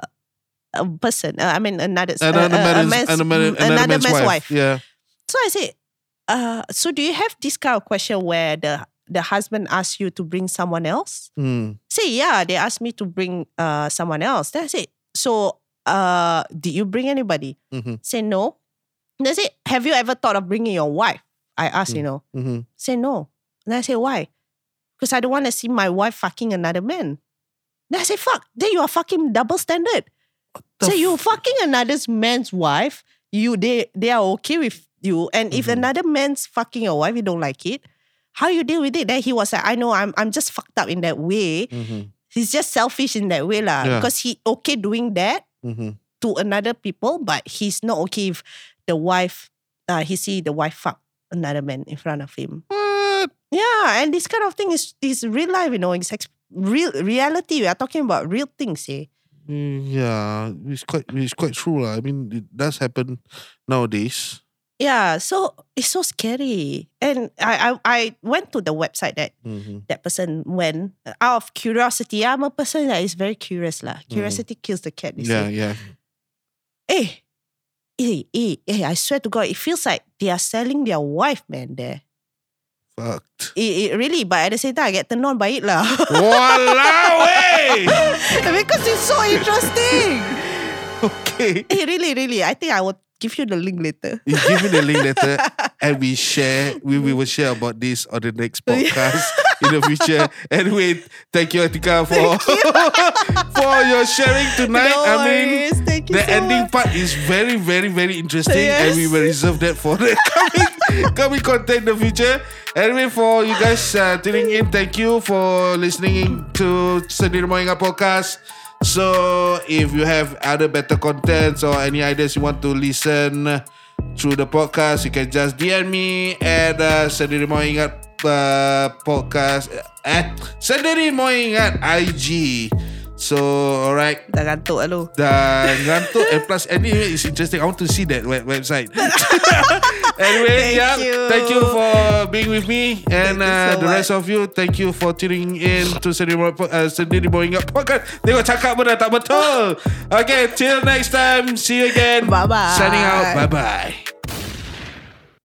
Speaker 4: a person. Uh, I mean another uh,
Speaker 1: Another
Speaker 4: uh, a
Speaker 1: man's,
Speaker 4: man's-
Speaker 1: another, man, another,
Speaker 4: another
Speaker 1: man's, wife. Yeah.
Speaker 4: So I say, uh, so do you have this kind of question where the the husband asks you to bring someone else?
Speaker 1: Mm.
Speaker 4: Say yeah, they asked me to bring uh someone else. Then I say, so uh, did you bring anybody?
Speaker 1: Mhm.
Speaker 4: Say no. They say, have you ever thought of bringing your wife? I asked, you know.
Speaker 1: mhm.
Speaker 4: Say no. And I say, why? Because I don't want to see my wife fucking another man. Then I say, fuck, then you are fucking double standard.
Speaker 1: the
Speaker 4: so you fucking another man's wife, you they they are okay with you. And if another man's fucking your wife, you don't like it, how you deal with it? Then he was like, I know I'm I'm just fucked up in that way.
Speaker 1: Mhm.
Speaker 4: He's just selfish in that way, lah.
Speaker 1: Yeah.
Speaker 4: Because he okay doing that
Speaker 1: Mhm.
Speaker 4: to another people, but he's not okay if the wife uh, he see the wife fuck another man in front of him.
Speaker 1: What?
Speaker 4: Yeah, and this kind of thing is is real life, you know. It's ex- real reality. We are talking about real things, eh?
Speaker 1: Yeah, it's quite it's quite true lah. I mean, it does happen nowadays.
Speaker 4: Yeah, so it's so scary. And I I, I went to the website that
Speaker 1: Mm-hmm.
Speaker 4: that person went uh, out of curiosity. I'm a person that is very curious lah. Curiosity kills the cat. They
Speaker 1: Mm. Yeah,
Speaker 4: say.
Speaker 1: yeah.
Speaker 4: Eh, eh, eh, eh, I swear to God, it feels like they are selling their wife, man, there.
Speaker 1: Fucked.
Speaker 4: It, it really, but at the same time, I get turned on by it lah.
Speaker 1: Walao, eh!
Speaker 4: because it's so interesting.
Speaker 1: Okay.
Speaker 4: eh, really, really. I think I will give you the link later.
Speaker 1: You give me the link later and we share. We, we will share about this on the next podcast in the future. Anyway, thank you, Atika, for for your sharing tonight.
Speaker 4: No
Speaker 1: I mean,
Speaker 4: worries. Thank you
Speaker 1: the
Speaker 4: so
Speaker 1: ending
Speaker 4: much.
Speaker 1: part is very, very, very interesting, and we
Speaker 4: Yes.
Speaker 1: will reserve that for the coming coming content in the future. Anyway, for you guys uh, tuning in, thank you for listening in to Sendiri Moinga podcast. So, if you have other better contents or any ideas you want to listen through the podcast, you can just DM me at uh, Sendiri Moingat uh, podcast at Sendiri Moingat IG. So, alright.
Speaker 4: Dah gantuk lah lu.
Speaker 1: Dah ngantuk And plus anyway It's interesting I want to see that web- website Anyway
Speaker 4: Thank
Speaker 1: yeah,
Speaker 4: you.
Speaker 1: Thank you for being with me And
Speaker 4: Thank you
Speaker 1: uh,
Speaker 4: so
Speaker 1: the rest
Speaker 4: much.
Speaker 1: of you Thank you for tuning in To Sendiri, Mo- uh, Sendiri Boring Up Podcast Tengok cakap pun dah tak betul Okay Till next time See you again
Speaker 4: Bye-bye.
Speaker 1: Signing out Bye bye